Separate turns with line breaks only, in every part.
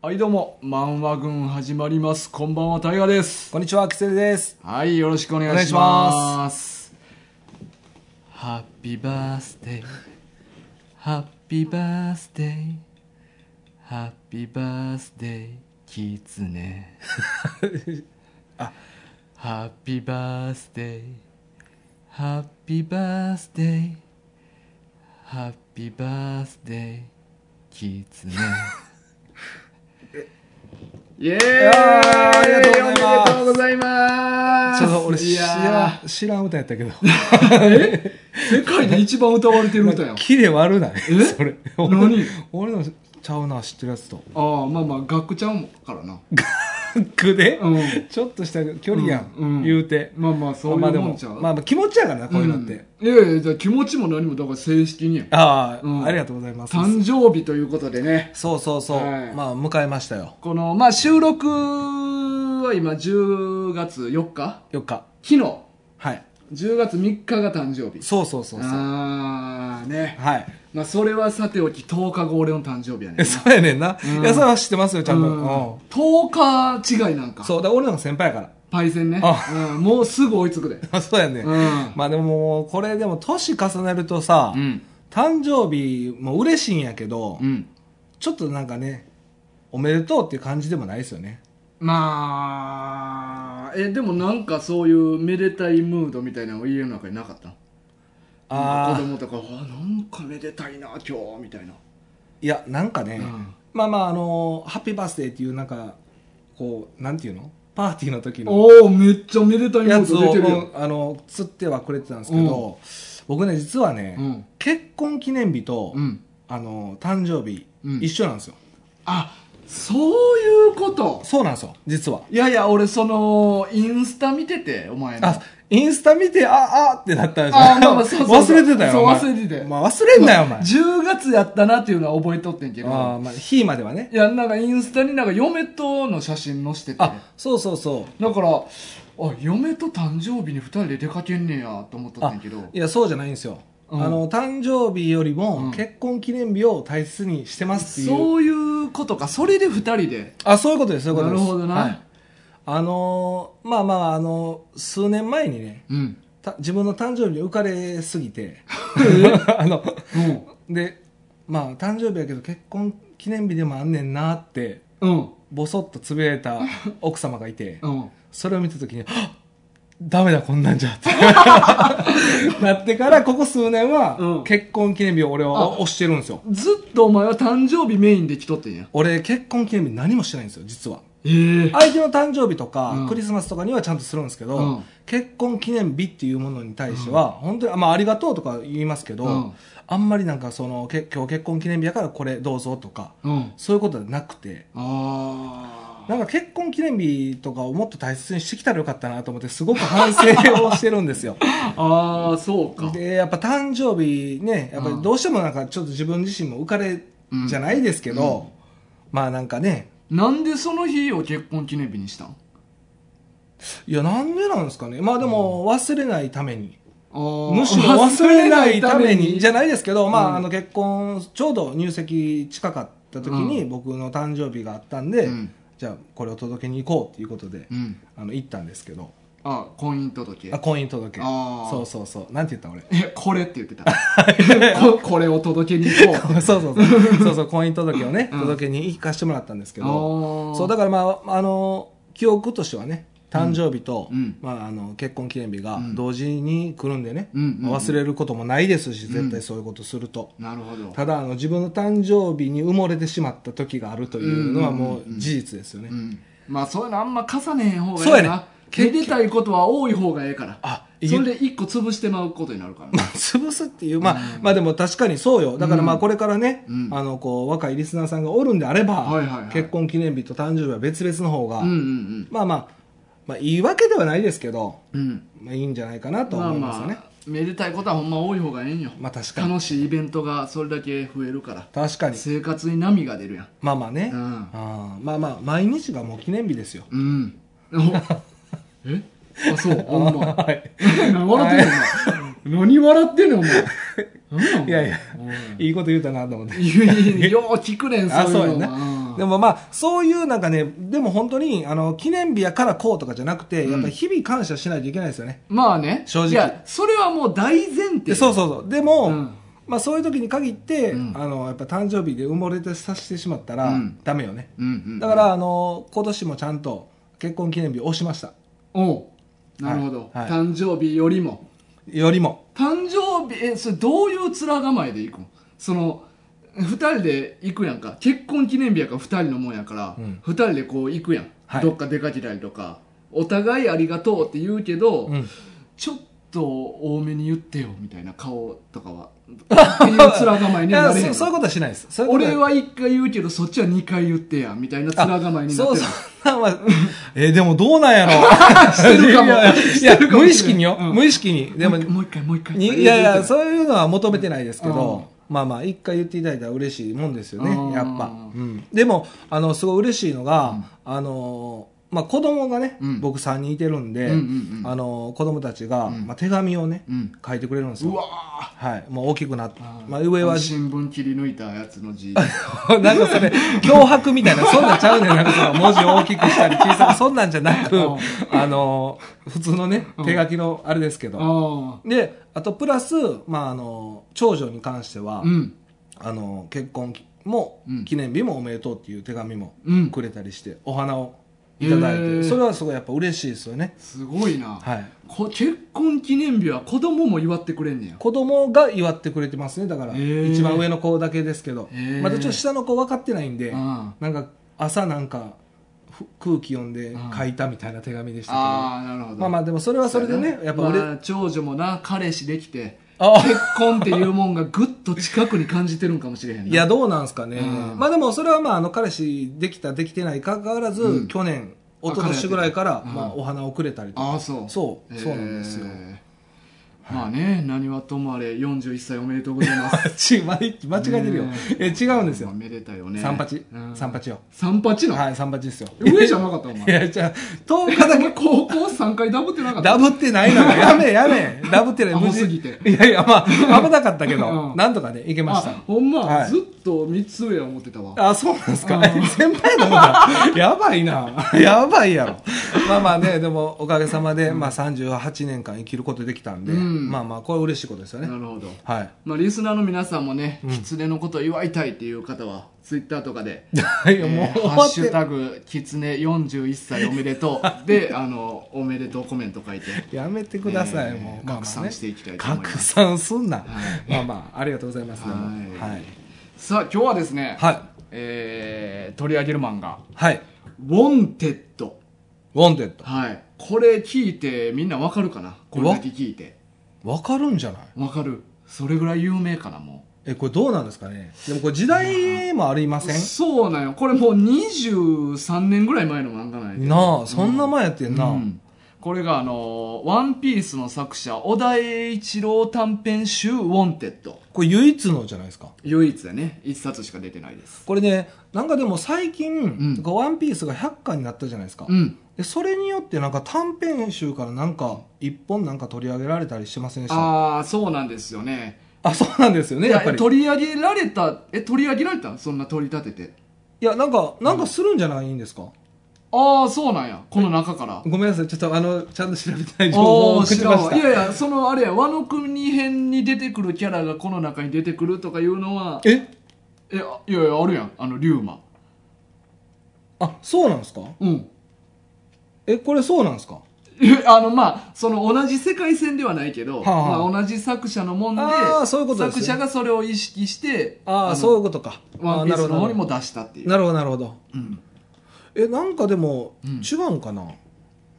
はい、どうも、漫画軍始まります。こんばんは、タイガです。
こんにちは、アクセルです。
はい、よろしくお願いします。ハッピーバースデー。ハッピーバースデー。ハッピーバースデー、キツ ネ。ハッピーバースデー。ハッピーバースデー。ハッピーバースデー、キツ ネ。イエーイ
ありがとうございます
おめでとうございます
ちょっと俺
い
知
や
らん、知らん歌やったけど。
ー世界で一番歌われてる歌やん。
キレ悪ない
え
それ。
何
俺のちゃうな、知ってるやつと。
ああ、まあまあ、楽ちゃんからな。
くで
うん
ちょっとした距離や
うんうん
ん。言うて。
まあまあ、そうい
まあ
う
で
もん
も
ちゃう。、
まあまあ気持ちやからな、こういうのって。
うんいやいや、じゃあ気持ちも何も、だから正式にやん。
あ
うん
あ、ありがとうございます。
誕生日ということでね。
そうそうそう。
はい
まあ、迎えましたよ。
この、まあ収録は今10月4日
4日。
昨日、
はい。
10月3日が誕生日。
そうそうそうそう。
ああ、ね。
はい。
まあそれはさておき10日後俺の誕生日やねんな
え、 そうやねんな。いや、それは知ってますよ、ちゃんと。
うん
う
10日違いなんか
ん。。そう、だから俺の方が先輩やから。
パイセンね。
あ
うん、もうすぐ追いつく で。
あ そうやね、
うん
まあでももうこれでも年重ねるとさ、
うん。
誕生日も嬉しいんやけど、
うん。
ちょっとなんかねおめでとうっていう感じでもないですよね
まあ、え、でもなんかそういうめでたいムードみたいなの家の中になかったなんか
あ
子
あ
供とか、あなんかめでたいな、今日、みたいな。
いやなんかね、
うん
まあまああのハッピーバースデーっていうなんかこうなんていうのパーティーの時の
おおめっちゃめでたいム
や
ー
つ
ド出
を
てる
う
よ。
んあの釣ってはくれてたんですけど、僕ね実はね、
うん
結婚記念日と、
うん。
あの誕生日、
うん
一緒なんですよ
あ、そういうこと。
そうなんですよ実はい
やいや、俺、その、インスタ見てて、お前の。
あ、インスタ見て、あ、あってなったでしょ。
あまあまあそうそうそう
忘れてたよ。
そう
お前
忘れてたよ
まあ忘れんなよ、お前。
10月やったなっていうのは覚えとってんけど。
あーまあ、日まではね。
いや、なんかインスタになんか嫁との写真載せてて。
あ、そうそうそう。
だから、あ、嫁と誕生日に二人で出かけんねやと思っとったん
あ
やけど。
いや、そうじゃないんですよ。
うん
あの、誕生日より
うん
も結婚記念日を大切にしてますっていう。
そういうことか。それで二人で。
あ、そういうことです、そういうことです。
なるほどな
はいあのーまあまあ、あのー数年前にね、
うん。
た自分の誕生日に浮かれすぎて、 あの、
うん。
で、まあ、誕生日やけど結婚記念日でもあんねんなって、
うん。
ボソッとつぶやいた奥様がいて、
うん。
それを見た時に、はっダメだ、こんなんじゃ、って。なって から、ここ数年
うん
は、結婚記念日を俺
あ
は押してるんですよ。
ずっとお前は誕生日メインで来とってんや。
俺、結婚記念日何もしてないんですよ、実は。
ええ
相手の誕生日とか、
うん
クリスマスとかにはちゃんとするんですけど、
うん
結婚記念日っていうものに対しては、本当に、まあ、ありがとうとか言いますけど、
うん
あんまりなんか、その、け今日結婚記念日やからこれどうぞとか、
うん。
そういうことはなくて、
あ
なんか結婚記念日とかをもっと大切にしてきたらよかったなと思って、すごく反省をしてるんですよ。
あ。ああ、そうか。
で、やっぱ誕生日ね、やっぱ
うん
りどうしてもなんかちょっと自分自身も浮かれじゃないですけど、
うん
まあなんかね、
なんでその日を結婚記念日にしたん
いやなんでなんですかね。まあでも忘れないために。む
む
しろ忘れないために、じ
ゃ、
ゃないですけど、ま
うん
ああの結婚、ちょうど入籍近かった時
う
に僕の誕生日があったんで、
うん
じゃあこれを届けに行こうっていうことで、
うん。
あの行ったんですけど、
あ、婚姻届
あ。婚姻届け。
あー
そうそうそう。なんて言った俺。
え、これって言ってた。ここれを届けに行 こう。
そうそうそう。そうそう、婚姻届をね、
うん
届けに行かしてもらったんですけど、
あー
そう、だからまあ、あの、記憶としてはね、誕生日と、
うん
まあ、あの、結婚記念日
う
が
ん
同時に来るんでね、
うんうんうん
忘れることもないですし、絶
うん
対そういうことすると。
なるほど。
ただあの、自分の誕生日に埋もれてしまった時があるというのは
うんうんうん
もう事実ですよね。
うん、まあそういうのあんま重ねへん方がいいな。
そうやね
めでたいことは多い方がええから。
あ、いい
それで一個潰してまうことになるから
ま
な
あ。潰すっていう、まあ、まあでも確かにそうよ。だからま
う
あ
ん
これからね、
うん
あの、こう、若いリスナーさんがおるんであれば、
はいはいはい
結婚記念日と誕生日は別々の方が、
うんうん
まあまあ、まあいいわけではないですけど、
うん。うん。
まあいいんじゃないかなと
まあ
思いますよね。
まあ、めでたいことはほんま多い方がええんよ。
まあ確かに。
楽しいイベントがそれだけ増えるから。
確かに。
生活に波が出るやん。
まあまあね。
うん
あーまあまあ、毎日がもう記念日ですよ。
うん。おえあ、そう。 ほんま。
はい。
何笑ってんのお前。何笑ってんのお前。何なんお前
いやいや
おい
いいこと言うたなと思って。
いやいやよう聞くねん、そう
あ、
いうの
そうやな。
うん
でもまあ、そういうなんかね、でも本当に、あの、記念日やからこうとかじゃなくて、やっぱり日々感謝しないといけないですよね。
まあね
正直
いやそれはもう大前提
でそうそうそう。でも、
うん
まあそういう時に限って、
うん
あの、やっぱ誕生日で埋もれてさせてしまったら、
うん
ダメよね。
うんうん
だから、あの、今年もちゃんと結婚記念日を押しました。
おうなるほど、
はいはい
誕生日よりも
よりも。
誕生日えそれどういう面構えで行くんその2人で行くやんか結婚記念日やから2人のもんやから、
う
二
ん
2人でこう行くやん、
はい
どっか出かけたりとかお互いありがとうって言うけど、
うん
ちょっと多めに言ってよみたいな顔とかはっていう面構え
い
にはな
や
れへんの
そうそういうことはしないです。そういうこと
俺は1回言うけどそっちは2回言ってやみたいな面構えになっ
そう
てる
そんなんは、えーでもどうなんやろ
してるかも
いやいやい
してるかもしれ
や、
ない
無意識によ。
うん
無意識に。でも、
もう一回もう一回もう一回
にいやい
言
や、
ってる
そういうのは求めてないですけ
うん
ど、まあまあ、一回言っていただいたら嬉しいもんですよ
うん
ね、やっぱ。うんでも、あの、すごい嬉しいのが、
うん
あのー、まあ子供がね、
うん
僕3人いてるん
う
で、
んうんうん
あのー子供たちが、
うん
まあ、手紙をね、
うん
書いてくれるんです
う
よ。
わ
はい。もう大きくなって
ー。
まあ上は
新聞切り抜いたやつの 字
なんかそれ、脅迫みたいな、そんなんちゃうねん。なんかその文字を大きくしたり小さく、そんなんじゃなく
うん、
あの、普通のね
うん、
手書きのあれですけど。
あ
で、あとプラス、まああの、長女に関して
あ
は
う、ん
あの、結婚も
うん、
記念日もおめでとうっていう手紙も
うん
くれたりして、お花をいただい
へー
て、それはすごいやっぱ嬉しいですよね。
すごいな、
はい。
こ結婚記念日は子供も祝ってくれんねや
子供が祝ってくれてますね、だから。
へー
一番上の子だけですけど
へ。ー
またちょっと下の子分かってないんで、
あ
なんか朝なんかふ空気読んで
うん
書いたみたいな手紙でしたけど、
あーなるほど
まあまあでもそれはそれでねやっぱ俺、
まあ長女もな彼氏できて
あ
結婚っていうもんがぐっと近くに感じてるんかもしれへんない
やどうなんすかね、
うん
まあでもそれはまああの彼氏できたできてないかかわらず、
うん
去年一昨年ぐらいから、
うん
まあ、お花をくれたりと か、
ああそう
そうそうなんですよ
えーまあね何はともあれ41歳おめでとうござい ます
ちま間違えてるよ、
ね
え違うんです
ま
よ
あめでたいよね
三八
うん
三八よ
三八の、
はい三八ですよ
上じゃなかったお前
いやじゃあ10日
ただ
だ け
け高校3回ダブってなかった
ダブってないのよやめやめダブってない
アホす
無事
ぎて
いやいやま あ危なかったけど、
うん
なんとかねいけました
あほんま、
はい
ずっと三つ上や思ってたわ
あ、そうなんです
う
か
ん
先輩なのか。やばいな。 やばいやろ。まあまあね、でもおかげさまで、まあ38年間生きることできたんで、
うん
まあまあ、これ嬉しいことですよ
な
ね。
るほど
はい。
まあ、リスナーの皆さんもね、狐のことを祝いたいっていう方は、ツイッターとかで、
いや、もう
えー
終
ハ
わ
ッ
っ
シ
て
ュタグ、狐41歳おめでとう。 で、あの、おめでとうコメント書いて、
やめてください、
えー
もう。
拡散していきたいと思います
拡散すんな。まあまあ、ありがとうございます。でも
はい
はい。
さあ、今日はですね、
はい。
えー取り上げる漫画、
はい。
ウォンテッド。
ウォンテッ
はい。これ聞いて、みんなわかるかなこれだけ聞いて。
ド。わかるんじゃない
わかるそれぐらい有名かな、も
え、これどうなんですかねでもこれ時代もありま
う。
せん
そうなんよ。これもう23年ぐらい前の漫画なんやけど
なあ、そんな前やってんな。
うんこれがあのーワンピース」の作者小田栄一郎短編集「ウォンテッド
これ唯一のじゃないですか。」
唯一だね一冊しか出てないです
これねなんかでも最近、
ん
こうワンピースが100巻になったじゃないですか、
うん
でそれによってなんか短編集からなんか一本なんか取り上げられたりしてませんでしたあ
ああそうなんですよね
そうなんですよね
い
やっぱりい
取り上げられたえ取り上げられたそんな取り立てて
やなんかなんかするんじゃないんですか、
ああそうなんやこの中から
ごめんなさいちょっとあのちゃんと調べた い情報
お
を
お
送りました
いやいやそのあれや和の国編に出てくるキャラがこの中に出てくるとかいうのは
え
えあいやいやあるやんあの龍馬
あそうなんですか
うん
えこれそうなんですか
えあのまあその同じ世界線ではないけど、
はあはあ
まあ、同じ作者のもんで
あーそういうことです
作
ね
者がそれを意識して
あ
の
あそういうことか
ワン
あー
ピ
な
ー
る
ス
ほ
の方
ど
にも出したっていう、
なるほどなるほど
うん
えなんかでも
うん
違うんかな、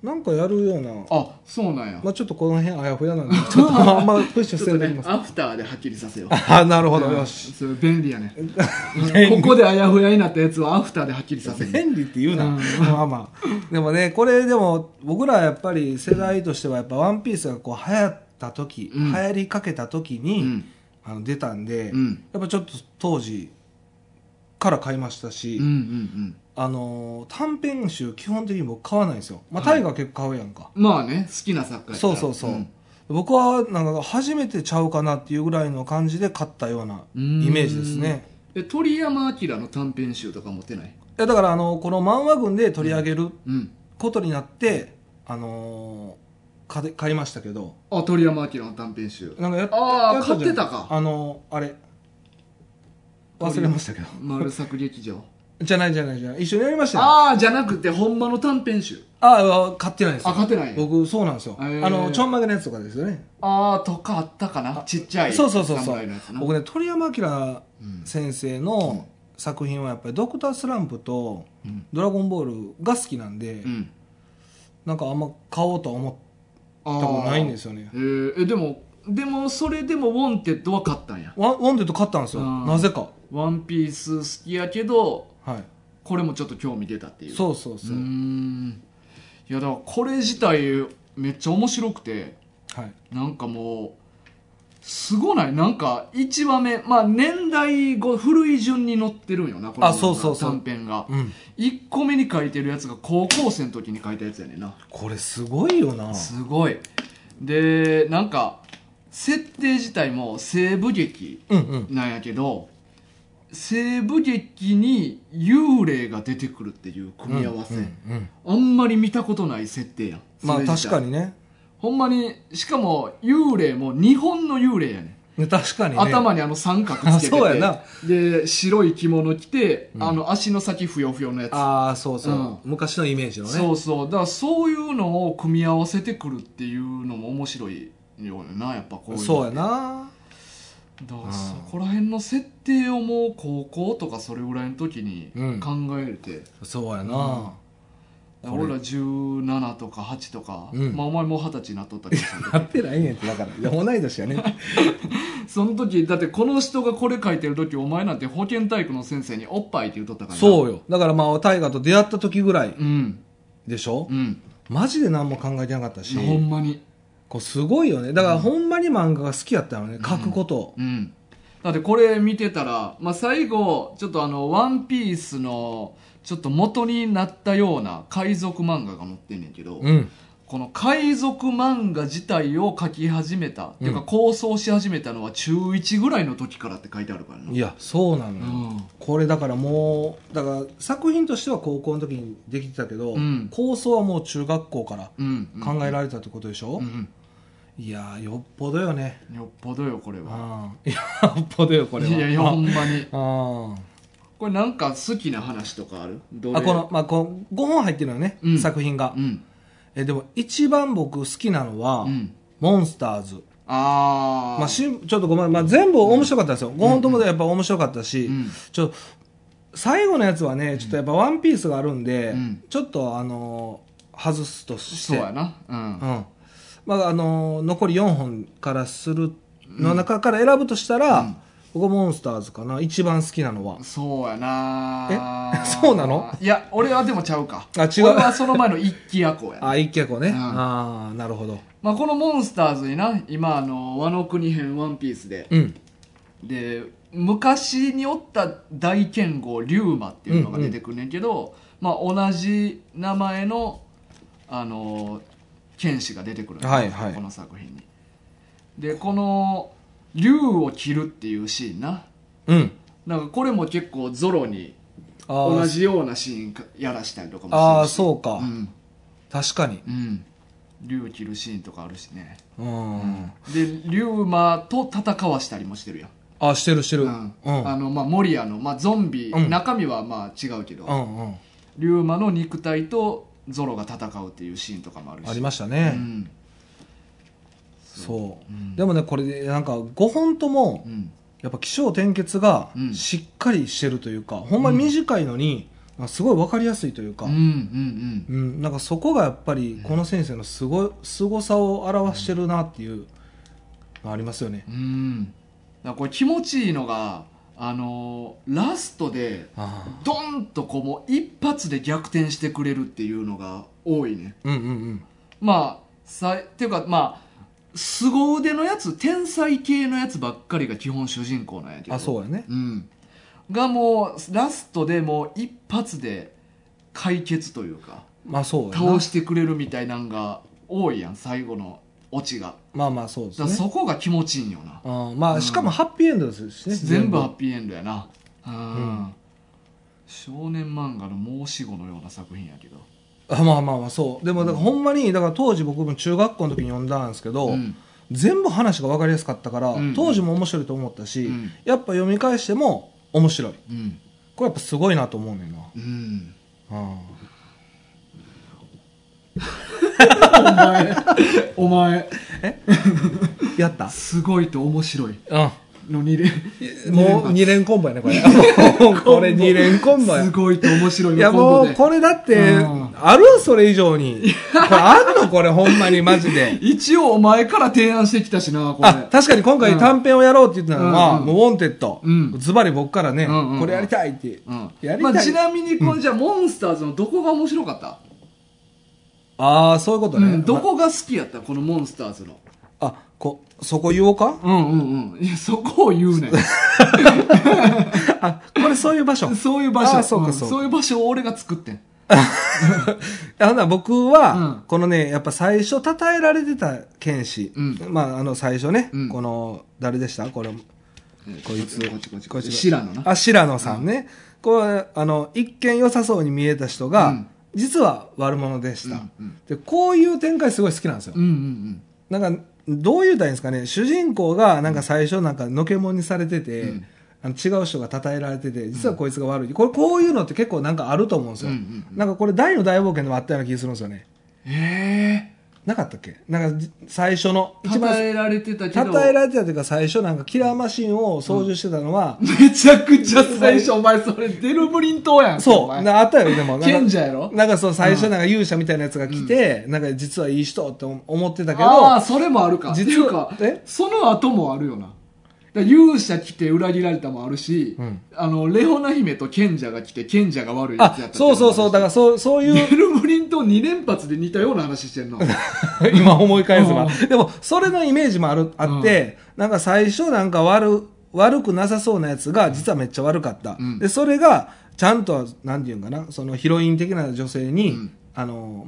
なんかやるような
あそうなんや、
まあちょっとこの辺あやふやなんでちょっとあんまプッシュ
ち
せ
ょっ
ん
と
でいき
ね
ます
アフターではっきりさせよう
あなるほど、
うん
よし。
それ便利やね
便利
ここであやふやになったやつはアフターではっきりさせる
便利って言うな。
うん
まあまあ。でもね、これでも、僕らやっぱり世代としては、やっぱワンピースがこう流行った時、
うん
流行りかけた時
う
に、
ん
あの出たんで、
うん
やっぱちょっと当時から買いました
う
し、
んうんうん
あのー、短編集基本的に僕買わないんですよ。まあ、
は
タ
い
イガー結構買うやんか。
まあね好きな作家やから
そうそうそう。
ん
僕はなんか初めてちゃうかなっていうぐらいの感じで買ったようなイメージですね。
え鳥山明の短編集とか持ってない
やだからあのこの漫画群で取り上げる
うん
ことになって、あのー買で買いましたけど
あ鳥山明の短編 集
なんかやっ
あー
やじゃん
買ってたか
あのーあれ忘れま したけど
丸作劇場
じゃないじゃないじゃない一緒にやりましたよ
ああじゃなくてほんまの短編集
ああ買ってないですよ
あ買ってない
僕そうなんですよ、
へー
あのちょんまげのやつとかですよね
ああとかあったかなちっちゃい
そうそうそう
三
そ
枚
う
のやつな
僕ね鳥山明
うん
先生の作品はやっぱり「ドクタースランプ」と
うん
「ドラゴンボール」が好きなんで、
うん
なんかあんま買おうとは思
あ
った
ー
ことないんですよね
えーえでもでもそれでも「ウォンテッド」は買ったんや
ワンワンデッド買ったんですよ
うん
なぜか
「ワンピース好きやけど
はい
これもちょっと興味出たっていう
そうそうそう
ー
うん
いやだからこれ自体めっちゃ面白くて
はい
なんかもうすごないなんか1話目まあ年代ご古い順に載ってるんよなこの
あそうそうそう
短編が
うん
1個目に書いてるやつが高校生の時に書いたやつやねんな
これすごいよな
すごいでなんか設定自体も西部劇
うんうん
なんやけど西部劇に幽霊が出てくるっていう組み合わせ、
うんうんうん
あんまり見たことない設定やん
まあ
それ自
確
体
かにね
ほんまにしかも幽霊も日本の幽霊やねん
ね確かにね
頭にあの三角つけてて
あそうやな
で白い着物着て、
うん
あの足の先ふよふよのやつ
ああそうそう、
うん
昔のイメージのね
そうそうだからそういうのを組み合わせてくるっていうのも面白いよなやっぱこういうの
そうやな
だか
う
ら
ん
そこら辺の設定をもう高校とかそれぐらいの時に
うん
考えて、
そうや
だ
な、
から
これ
俺ら17とか8とか、
うん
まあ、お前もう二十歳になっとったけど
なってないねんってだからいや同い年やね
その時だってこの人がこれ書いてる時お前なんて保健体育の先生に「おっぱい」って言うとったからな
そうよだからまあ大河と出会った時ぐらい
うん
でしょ、
うん
マジで何も考えてなかったし、
ほんまに
こうすごいよねだからほんまに漫画が好きやったのね、書くこと
うんだってこれ見てたら、まあ、最後ちょっとあの「ワンピースのちょっと元になったような海賊漫画が載ってんねんけど、
ん
この海賊漫画自体を書き始めた、っていうか構想し始めたのは中1ぐらいの時からって書いてあるからない
やそうなのよ、
うん
これだからもうだから作品としては高校の時にできてたけど、
うん
構想はもう中学校から
うんうん
考えられたってことでしょ、
うん
いやーよっぽどよね
うんよっぽどよこれは
うんいやよっぽどよこれはい
やいやほんまに
あ
これなんか好きな話とかあるどれ
あこの、まあ、こう5本入ってるのよね、
うん
作品が、
うん
えでも一番僕好きなのは、
うん
モンスターズ」
ああ
まあ、しんちょっとごめん、まあ、全部面白かったですよ、5本ともやっぱ面白かったし、
うん
ちょっと最後のやつはねちょっとやっぱ「ワンピースがあるんで、
うん
ちょっとあのー外すとして
そうやなうん
うんまああのー残り4本からするの中から選ぶとしたら、
うん
僕モンスターズかな一番好きなのは
そうやな
え そうなの
いや俺はでもちゃうか
あ違う
俺はその前の一気夜 行やな
あ一脚ね、
うん
ああなるほど
まあこのモンスターズにな今あの和の国編ワンピースで
うん
で昔におった大剣豪龍馬っていうのが出てくるねんけど、まあ、同じ名前の、あのー剣士が出てくるんよ
はいはい
この作品にでこの龍を切るっていうシーンな
うん
なんかこれも結構ゾロに
あー
同じようなシーンかやらしたりとかもしてるし
あーそうか、
うん
確かに
うん龍切るシーンとかあるしね、
うん、
で龍馬と戦わしたりもしてるやん
あしてるしてるう
うんん
うん
あのまあ、守谷の、まあ、ゾンビ、
うん
中身はまあ違うけど、
うん
龍馬の肉体とゾロが戦うっていうシーンとかもあるし
ありました
た
ね、
うん
そう、
うん
でもねこれでなんか5本とも
うん
やっぱ起承転結が
うん
しっかりしてるというか、ほんまに短いのになんかすごい分かりやすいというか、
う
うん
うんん
なんかそこがやっぱりこの先生のすごい凄さを表してるなっていうのありますよね、
うんうんだからこれ気持ちいいのがあのーラストで
あ
ドンとこうもう一発で逆転してくれるっていうのが多いね
あうんうんうん
まあさっていうかまあ凄腕のやつ天才系のやつばっかりが基本主人公なんやけど
あそうやね
うん、がもうラストでもう一発で解決というか
まあそうやな
倒してくれるみたいなんが多いやん最後のオチが
まあまあそう
だ
です
から
ね
そこが気持ちいいんよな、
ああまあしかもハッピーエンドですしね
全部ハッピーエンドやなうん、
う
少年漫画の申し子のような作品やけど
あまあまあまあそうでもだからほんまにだから当時僕も中学校の時に読んだんですけど、
うん
全部話が分かりやすかったから、
うん
当時も面白いと思ったし、
うん
やっぱ読み返しても面白い
うん
これやっぱすごいなと思うねんな、
うん
うん
お前お前
やった
すごいと面白いの2連
もう
二
2連コンボやねこれこれ2連コンボや
すごいと面白い
い
の
や
コ
も
ンボ
う
で
これだって
うん
あるそれ以上にこれあんのこれほんまにマジで
一応お前から提案してきたしなこれ
あ確かに今回短編をやろうって言ってたのは「
うん
もうウォンテッド
うん」
ズバリ僕からね、
うんうん
これやりたいって、
うん
やり
ま
たい、
あ、ちなみにこれじゃあモンスターズのどこが面白かった、
ああそういうこと
う
ね、
ん、どこが好きやったこのモンスターズの
あこそこ言おうか
うんうんうんいやそこを言うねん
あこれそういう場所
そういう場所
あそうか
ん
そうか
そういう場所を俺が作ってん
あほな僕
うん
は、このね、やっぱ最初称えられてた剣士。
うん
まあ、あの、最初ね、
うん
この、誰でしたこれ、こいつ。
こっちこっちこっち知らんのな
あ、白野さんね。こう、あの、一見良さそうに見えた人が、
うん
実は悪者でした、
うんうん
で、こういう展開すごい好きなんですよ。
うんうん
なんか、どういうたらいいんですかね、主人公が、なんか最初なんか、のけもんにされてて、
うん
あの違う人が称えられてて、実はこいつが悪い。これ、こういうのって結構なんかあると思うんですよ。
うんうん
なんかこれ、大の大冒険でもあったような気がするんですよね。
うんえ
なかったっけなんかじ、最初の、
え
一
ー、称
番、
えられてたけど
称えられてたというか、最初なんか、キラーマシンを操縦してたのは、
めちゃくちゃ最初お前それデルブリン島やん
そ
お
う、
前
なあったよ、でも。なんか
賢者やろ
なんかそう、最初なんか勇者みたいなやつが来て、なんか実はいい人って思ってたけ
ああ
ど、
それもあるか
実
実は
は
ていうか
え
その後もあるよなだから勇者来て裏切られたもあるし、
うん
あのレオナ姫と賢者が来て賢者が悪いや
あ
つやった、
そうそうそう、だからそう、そう いう
デルブリンと2連発で似たような話してんの
今思い返せば
う。
でも、それのイメージもある、あって、なんか最初なんか悪、悪くなさそうなやつが、実はめっちゃ悪かった。
うん
で、それが、ちゃんと、なんていうんかな、そのヒロイン的な女性に、
うん
あの、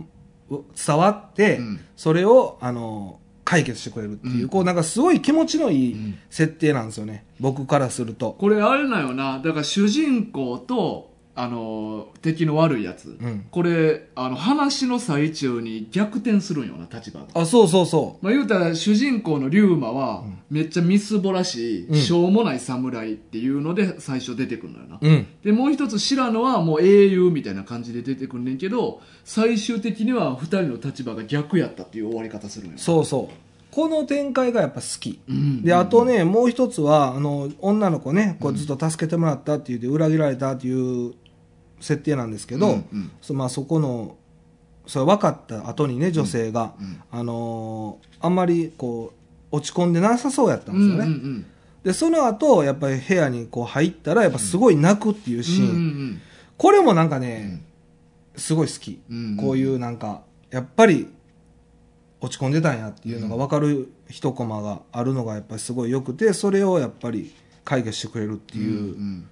う伝わって、
うん
それを、あの、解決してくれるっていう、
うん
こう、なんかすごい気持ちのい
うん
い設定なんですよね。僕からすると。
これあれなんよなだから主人公とあの敵の悪いやつ、
うん
これあの話の最中に逆転するんよな立場が
あ、そうそうそ
まあ、言うたら主人公の龍馬はめっちゃみすぼらしい、
うん
しょうもない侍っていうので最初出てくるのよな、
う。うん。
でもう一つ白野はもう英雄みたいな感じで出てくんねんけど最終的には二人の立場が逆やったっていう終わり方するんよ
そうそう。この展開がやっぱ好き。
うん
であとね、もう一つはあの女の子ねこうずっと助けてもらったっていうで裏切られたっていう設定なんですけど、
うんうん
そまあ、そこのそれ分かった後にね女性が、
うん
あのーあんまりこう落ち込んでなさそうやった
うん
ですよ
ん
ね、
うんうん
でその後やっぱり部屋にこう入ったらやっぱすごい泣くっていうシーン、
うんうん
これもなんか
う
ね
ん、
すごい好き、
うんうん
こういうなんかやっぱり落ち込んでたんやっていうのが分かる一コマがあるのがやっぱりすごいよくてそれをやっぱり解決してくれるっ
う
て
ん
いううん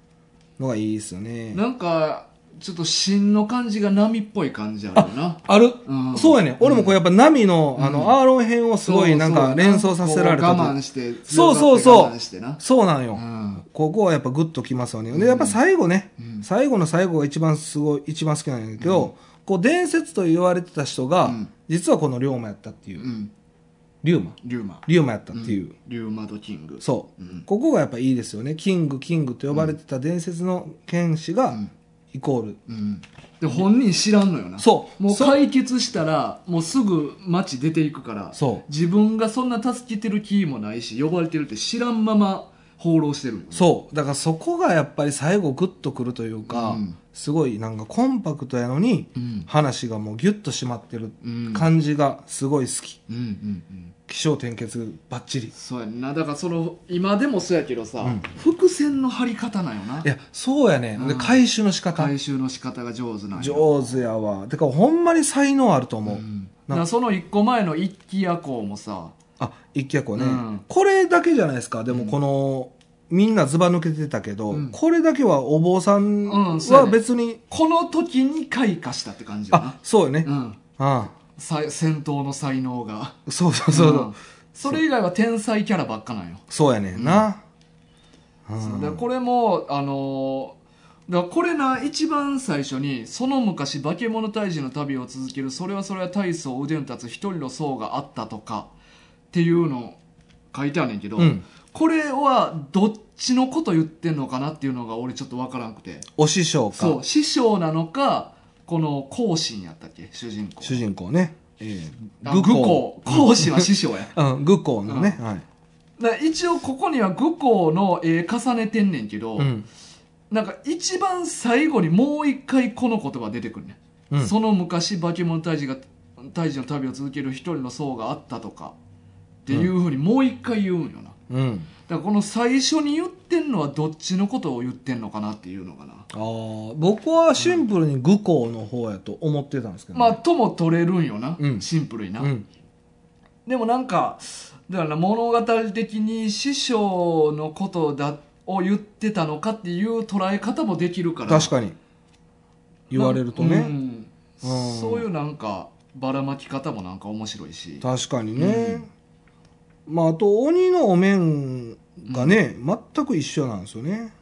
のがいいですよね、
なんかちょっと芯の感じが波っぽい感じあるよな
ある、
うん
そうやね俺もこうやっぱ波の,、あ
うん
のアーロン編をすごいなんか連想させられた
と
と
我慢して
そうそうそ
強
う
がって我慢してな
そうなんよ、
うん
ここはやっぱグッときますよね。で、やっぱ最後ね、
うん
最後の最後が一番すごい、一番好きなんだけど、こう伝説と言われてた人が、
うん
実はこの龍馬やったっていうう。
ん
龍馬
龍馬
龍馬やったっていう。
龍馬とキング
そう、
うん
ここがやっぱいいですよね。キング、キングと呼ばれてた伝説の剣士が、
ん
イコール。
うんで本人知らんのよな
そう
もう
そう
解決したらもうすぐ街出ていくから
そう
自分がそんな助けてる気もないし呼ばれてるって知らんまま放浪してるんよね
そう。だからそこがやっぱり最後グッとくるというか、
うん
すごいなんかコンパクトやのに、
うん
話がもうギュッと締まってる
うん
感じがすごい好き。
うんうんうん
気象転結バッチリ。
そうやんなだからその今でもそうやけどさ、
ん
伏線の張り方なんよない
や、そうやね。
うん
で、回収の仕方。
回収の仕方が上手なんよ
上手やわ。てか、ほんまに才能あると思う。
うんだ
な
からその一個前の一気夜行もさ
あ、一気やこね、
うん
これだけじゃないですか。でも、この、みんなずば抜けてたけど、
うん
これだけはお坊さん
うんそうや
は
ね
別に、
この時に開花したって感じよな
あ、そうよね。
うん
あ
さ戦闘の才能が
あそうそうそう。
うんそれ以外は天才キャラばっかなんよ、
そうやねんな。う
そうんだからこれもあのーだからこれな一番最初にその昔化け物退治の旅を続けるそれはそれは大層腕の立つ一人の僧があったとかっていうの書いてあんねんけど、
うん
これはどっちのこと言ってんのかなっていうのが俺ちょっと分からなくて
お師匠
そ
か
う師匠なのかこの後進やったっけ主人公
主人公ね、え
あ愚行後進は師匠や
うん、愚行のね、はい、
だから一応ここには愚行の絵重ねてんねんけど、
うん
なんか一番最後にもう一回この言葉出てくるねん
うん
その昔化け物退治が退治の旅を続ける一人の僧があったとかっていうふうにもう一回言うんよな、だか
うん、
らこの最初に言ってんのはどっちのことを言ってんのかなっていうのかな、
あー僕はシンプルに愚行の方やと思ってたんですけど、ね
まあとも取れるんよな、
うん
シンプルにな、
うん
でもなんかだから物語的に師匠のことだを言ってたのかっていう捉え方もできるから
確かに言われるとね、
うん
うん
そういうなんかばらまき方もなんか面白いし
確かにね、まああと鬼のお面がね、全く一緒なんですよね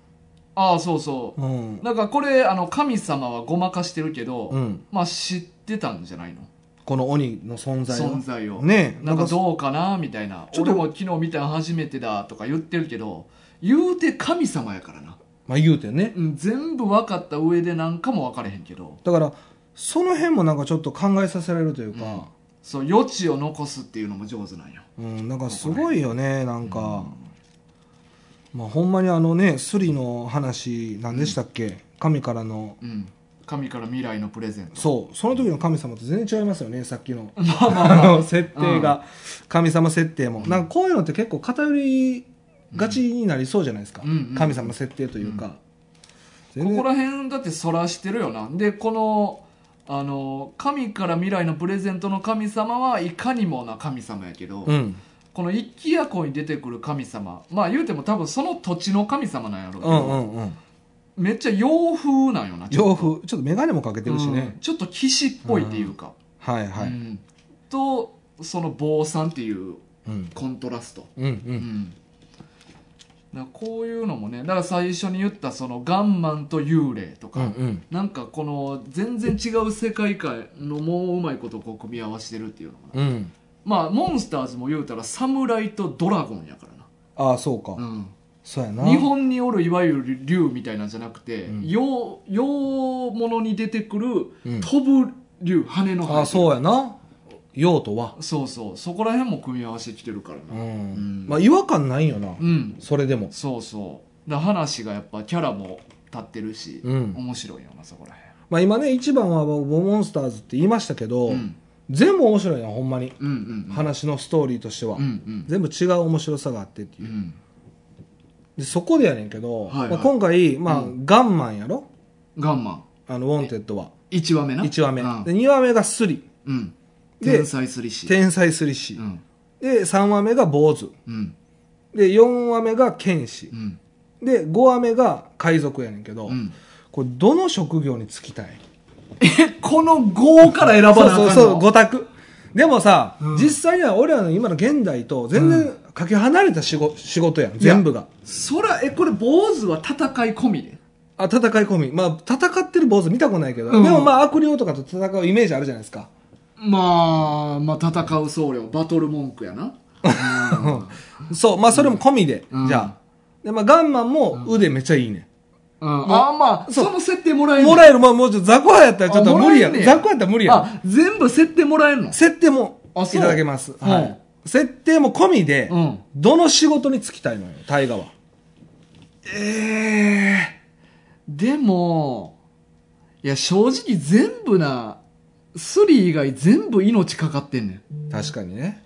ああそうそう
うん、
なんかこれあの神様はごまかしてるけど、
うん、
まあ知ってたんじゃないの
この鬼の存在を
存在を、
ね
なんかどうかなみたいな
ちょっと
俺も昨日見たの初めてだとか言ってるけど言うて神様やからな、
まあ言うてね
うん、全部分かった上でなんかも分かれへんけど
だからその辺もなんかちょっと考えさせられるというか、
そう余地を残すっていうのも上手なんよ
うんなんかすごいよねなんか、まあほんまにあのねスリの話何でしたっけ、神からの
うん神から未来のプレゼント
そうその時の神様と全然違いますよねさっき の
まあまあ
あの設定が、神様設定も、なんかこういうのって結構偏りがちになりそうじゃないですか、
うんうんうん
神様設定というか、全
ここ
然
ら辺だってそらしてるよなでこのあの神から未来のプレゼントの神様はいかにもな神様やけど、
うん
この一揆や子に出てくる神様まあ言うても多分その土地の神様なんやろうけ
う
ど
んうんうん
めっちゃ洋風なんよな
洋
っ
風ちょっと眼鏡もかけて
て
るしね、
ちょっと騎士っぽいっていうか、
はいはい、
う
うん
んとその坊さんっていう
うん、
コントラスト、
うんう
うんんだからこういうのもねだから最初に言ったそのガンマンと幽霊と
う
か、
んうん
なんかこの全然違う世界観のもううまいことをこう組み合わせてるっていうのかな
うん
まあモンスターズも言うたら侍とドラゴンやから
ああそうか、
な、うん、
そうやな
日本におるいわゆる竜みたいなんじゃなくて、
うん
洋洋物に出てくる
うん
飛ぶ竜羽の
ああそうやな用途は、
そうそうそこら辺も組み合わせてきてるから
うん
なうん
まあ違和感ないよな、
うん、
それでも
そうそうだから話がやっぱキャラも立ってるし、
うん
面白いよなそこら辺
まあ今ね一番は僕モンスターズって言いましたけど、
うん
全部面白いなほんまに、
うんうん
話のストーリーとしては、
うんうん
全部違う面白さがあってって
う
いうんでそこでやねんけど、
はいはい
まあ、今回、まあ
う
ガンマンやろ
ガンマン
あのウォンテッドは
1話目な
1話目、
うん
で2話目がスリ
うん
で
天才すりし
天才スリシ、
うん
で3話目が坊主
うん
で4話目が剣士
う、ん
で5話目が海賊やねんけど、
うん
これどの職業に就きたい
えこの5から選ばなあかん
そう
の
そうそう5択でもさ、
うん
実際には俺らの今の現代と全然かけ離れた仕事仕事やん全部が
そらえこれ坊主は戦い込みで
あ戦い込みまあ戦ってる坊主見たことないけど、
うん
でもまあ悪霊とかと戦うイメージあるじゃないですか
まあまあ戦う僧侶バトル文句やな
そうまあそれも込みで、
うん
じゃあで、まあ、ガンマンも腕めっちゃいいね、
うん、あまあ
そう
その設定もらえる
もらえるまあもうちょっと雑魚派やったらちょっ
あ
と無理や
もらえんねや
雑魚やったら無理や
あ全部設定もらえるの
設定も
あ
い
そう
ただけます、
うん
はい設定も込みで、
うん
どの仕事に就きたいのよ大河は
ええでもいや正直全部なスリー以外全部命かかってんねん
確かにね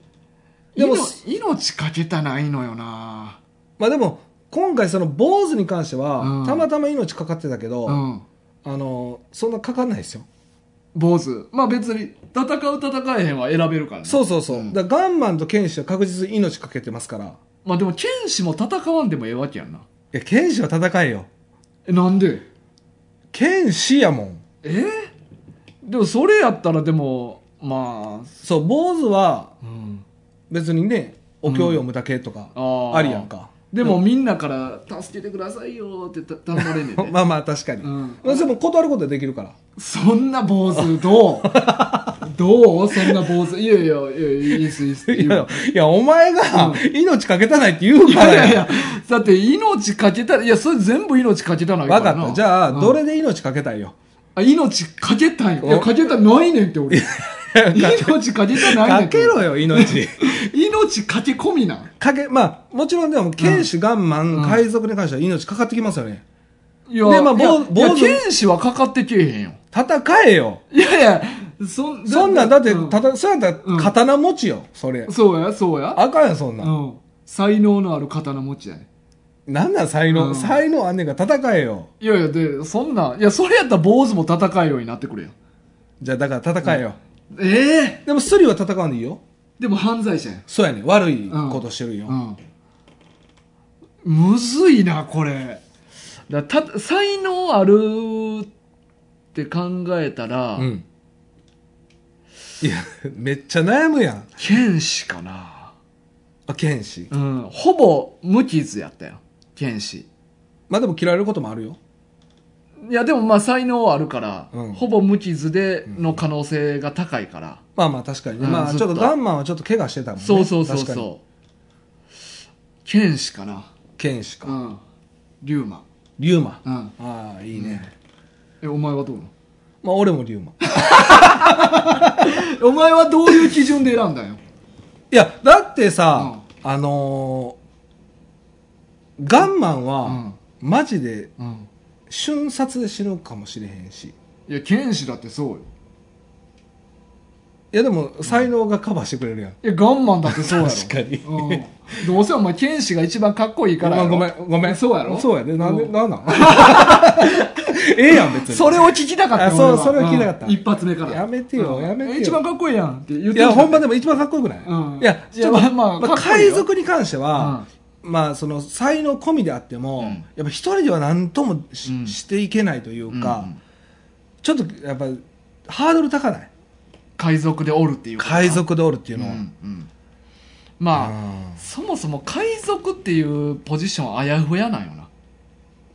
で
で
も
も命かけたないのよな
まあでも今回その坊主に関しては、
うん
たまたま命かかってたけど、
うん
あのそんなかかんないですよ
坊主まあ別に戦う戦えへんは選べるからね
そうそうそう、
ん
だからガンマンと剣士は確実に命かけてますからい
まあでも剣士も戦わんでもええわけやんな
や剣士は戦えよ
えなんで
剣士やもん
えでもそれやったらでもまあ
そう坊主は
うん
別にねお経を読むだけとか
うんあー
ありやんか、
でもみんなから「助けてくださいよ」ってた頼まれん ねんで
まあまあ確かに、
うん
まあでも断ることはできるから
そんな坊主 どうどうそんな坊主いやいやいやいいっすいいっすって
い
言
や
う
いやお前が命かけたないって言う
い
か
やい
ら
やい
や
やだって命かけたらいやそれ全部命かけたない
分
ら
か
な
ったじゃあ
うん
どれで命かけたいよ
あ命かけたいいや
お
かけたないねんって俺命かけたないねん
か
って
けろよ命
命かけ込みなん
かけまあもちろんでも剣士ガンマン、
うん
海賊に関しては命かかってきますよね
いや
でまあ
いや
坊坊主
いや剣士はかかってけえへんよ
戦えよ
いやいやそん
そんなんだって、
う
たたそうやったら
うん
刀持ちよそれ
そうやそうや
あかんやんそんなん、
うん才能のある刀持ちやね
なんなん才能、
うん
才能あんねんから戦えよ
いやいやでそんないやそれやったら坊主も戦いようになってくれよ
じゃあだから戦えよ、
ええ
でもスリは戦わんでいいよ
でも犯罪者やん
そうやねん悪いことしてるよ、
うんむずいなこれだた才能あるって考えたら、
うん。いや、 めっちゃ悩むやん。
剣士かな、
あ、剣士。
うん、ほぼ無傷やったよ剣士
まあでも嫌われることもあるよ。
いやでもまあ才能あるから、
うん
ほぼ無傷での可能性が高いから、
まあまあ確かにね。
うん
まあ
ずっ
ち
と
ょっとガンマンはちょっと怪我してたもんね。
そうそうそう
確かに。
そう剣士かな
剣士
う
か。
ん龍馬
龍馬。
うん
ああ、いいね。
えお前は どうなの
まあ俺も龍馬。
お前はどういう基準で選んだんよ
いや、だってさ、あのー、ガンマンは、マジで
うん
瞬殺で死ぬかもしれへんし。
いや剣士だってそうよ
いやでも、才能がカバーしてくれるやん。
いやガンマンだってそうやろ
確かに
うん、どうせお前剣士が一番かっこいいからやろ
ごめん、ごめん、ごめん。
そうやろ
そうやね。なんで、
うん
な んなんええやん、別に。
それを聞きたかった
あそう
俺は
それを聞きたかった
うん一発目から
やめてよ
うん
やめてよ
一番かっこいいやんって言って
いや、ほんま
で
でも一番かっこよくない、
うん
いや、
いや
ちょっと
まあまあかっこいいよ
海賊に関しては、まあ、その、才能込みであっても、
うん
やっぱ一人では何ともし,、
うん
ていけないというか、ちょっと、やっぱ、ハードル高ない
海賊でおるっていうことか
海賊でおるっていう
う
のは。
んうんまあそもそも海賊っていうポジションあやふやなんよな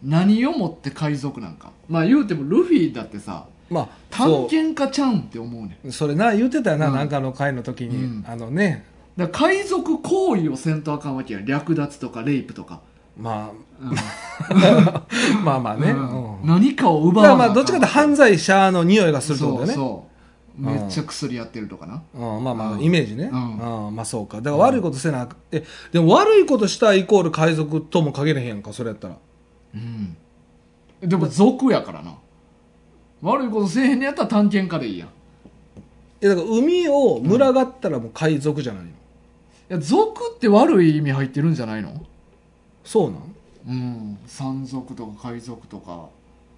何をもって海賊なんかまあ言うてもルフィだってさ
うんまあ、
探検家ちゃうんって思うねん
そうそれな、言ってたよな、
うん
なんかの会の時に、
うん
あのね、
だから海賊行為をせんとあかんわけや略奪とかレイプとか、
ま
うん
あ、 まあまあね。
うん
うん
何かを奪
だ
わ
か
な
らまあ、どっちかって犯罪者の匂いがするってことだよ
そ
ね。
うそう
うん
めっちゃ薬やってるとかな、
うん、まあま
う
あ、
ん
イメージね。
う
うんん、まあそうか。だから悪いことせなあかん、え、でも悪いことしたイコール海賊とも限れへんやんか、それやったら。
うん、でも族やからな悪いことせえへんのやったら探検家でいいやんい
え、だから海を群がったらもう海賊じゃないの。
や族って悪い意味入ってるんじゃないの
そうなん
うん山賊とか海賊とか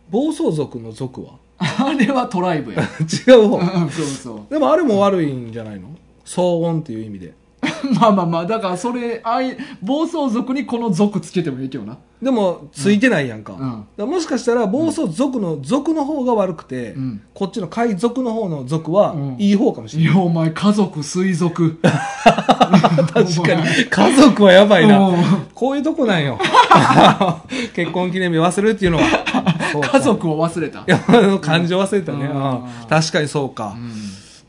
暴走族の族は
あれはトライブや
違う方。
うんそう そ
でもあれも悪いんじゃないの騒音っていう意味で。
うまあまあまあだからそれあい暴走族にこの族つけてもいいけどな
でも、ついてないやんか。
ん
だからもしかしたら暴走族の族の方が悪くて、
うん
こっちの海賊の方の族
うん
はいい方かもしれ
い
ない。
や、お前、家族、水 族。
確 かに。家族はやば
お
い
前
な。
うん
こういうとこなんよ。 結婚記念日忘れるってい うのは。そうか
家。族を忘れた
い。や、あの感情忘れたね。
う
うんん確かにそうか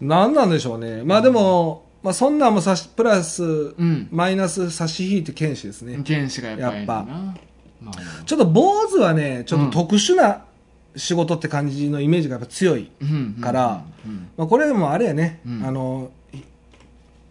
う。ん
なんなんでしょうね。まあでも、まあそんなんも差し、プラス、
ん
マイナス差し引いて剣士ですね。
原始がやっぱりいいんだな。まあ
ちょっと坊主はね、ちょ
うん
っと特殊な仕事って感じのイメージがやっぱ強い。
うんうん
から
うん
まあこれでもあれやね、
うん
あの、い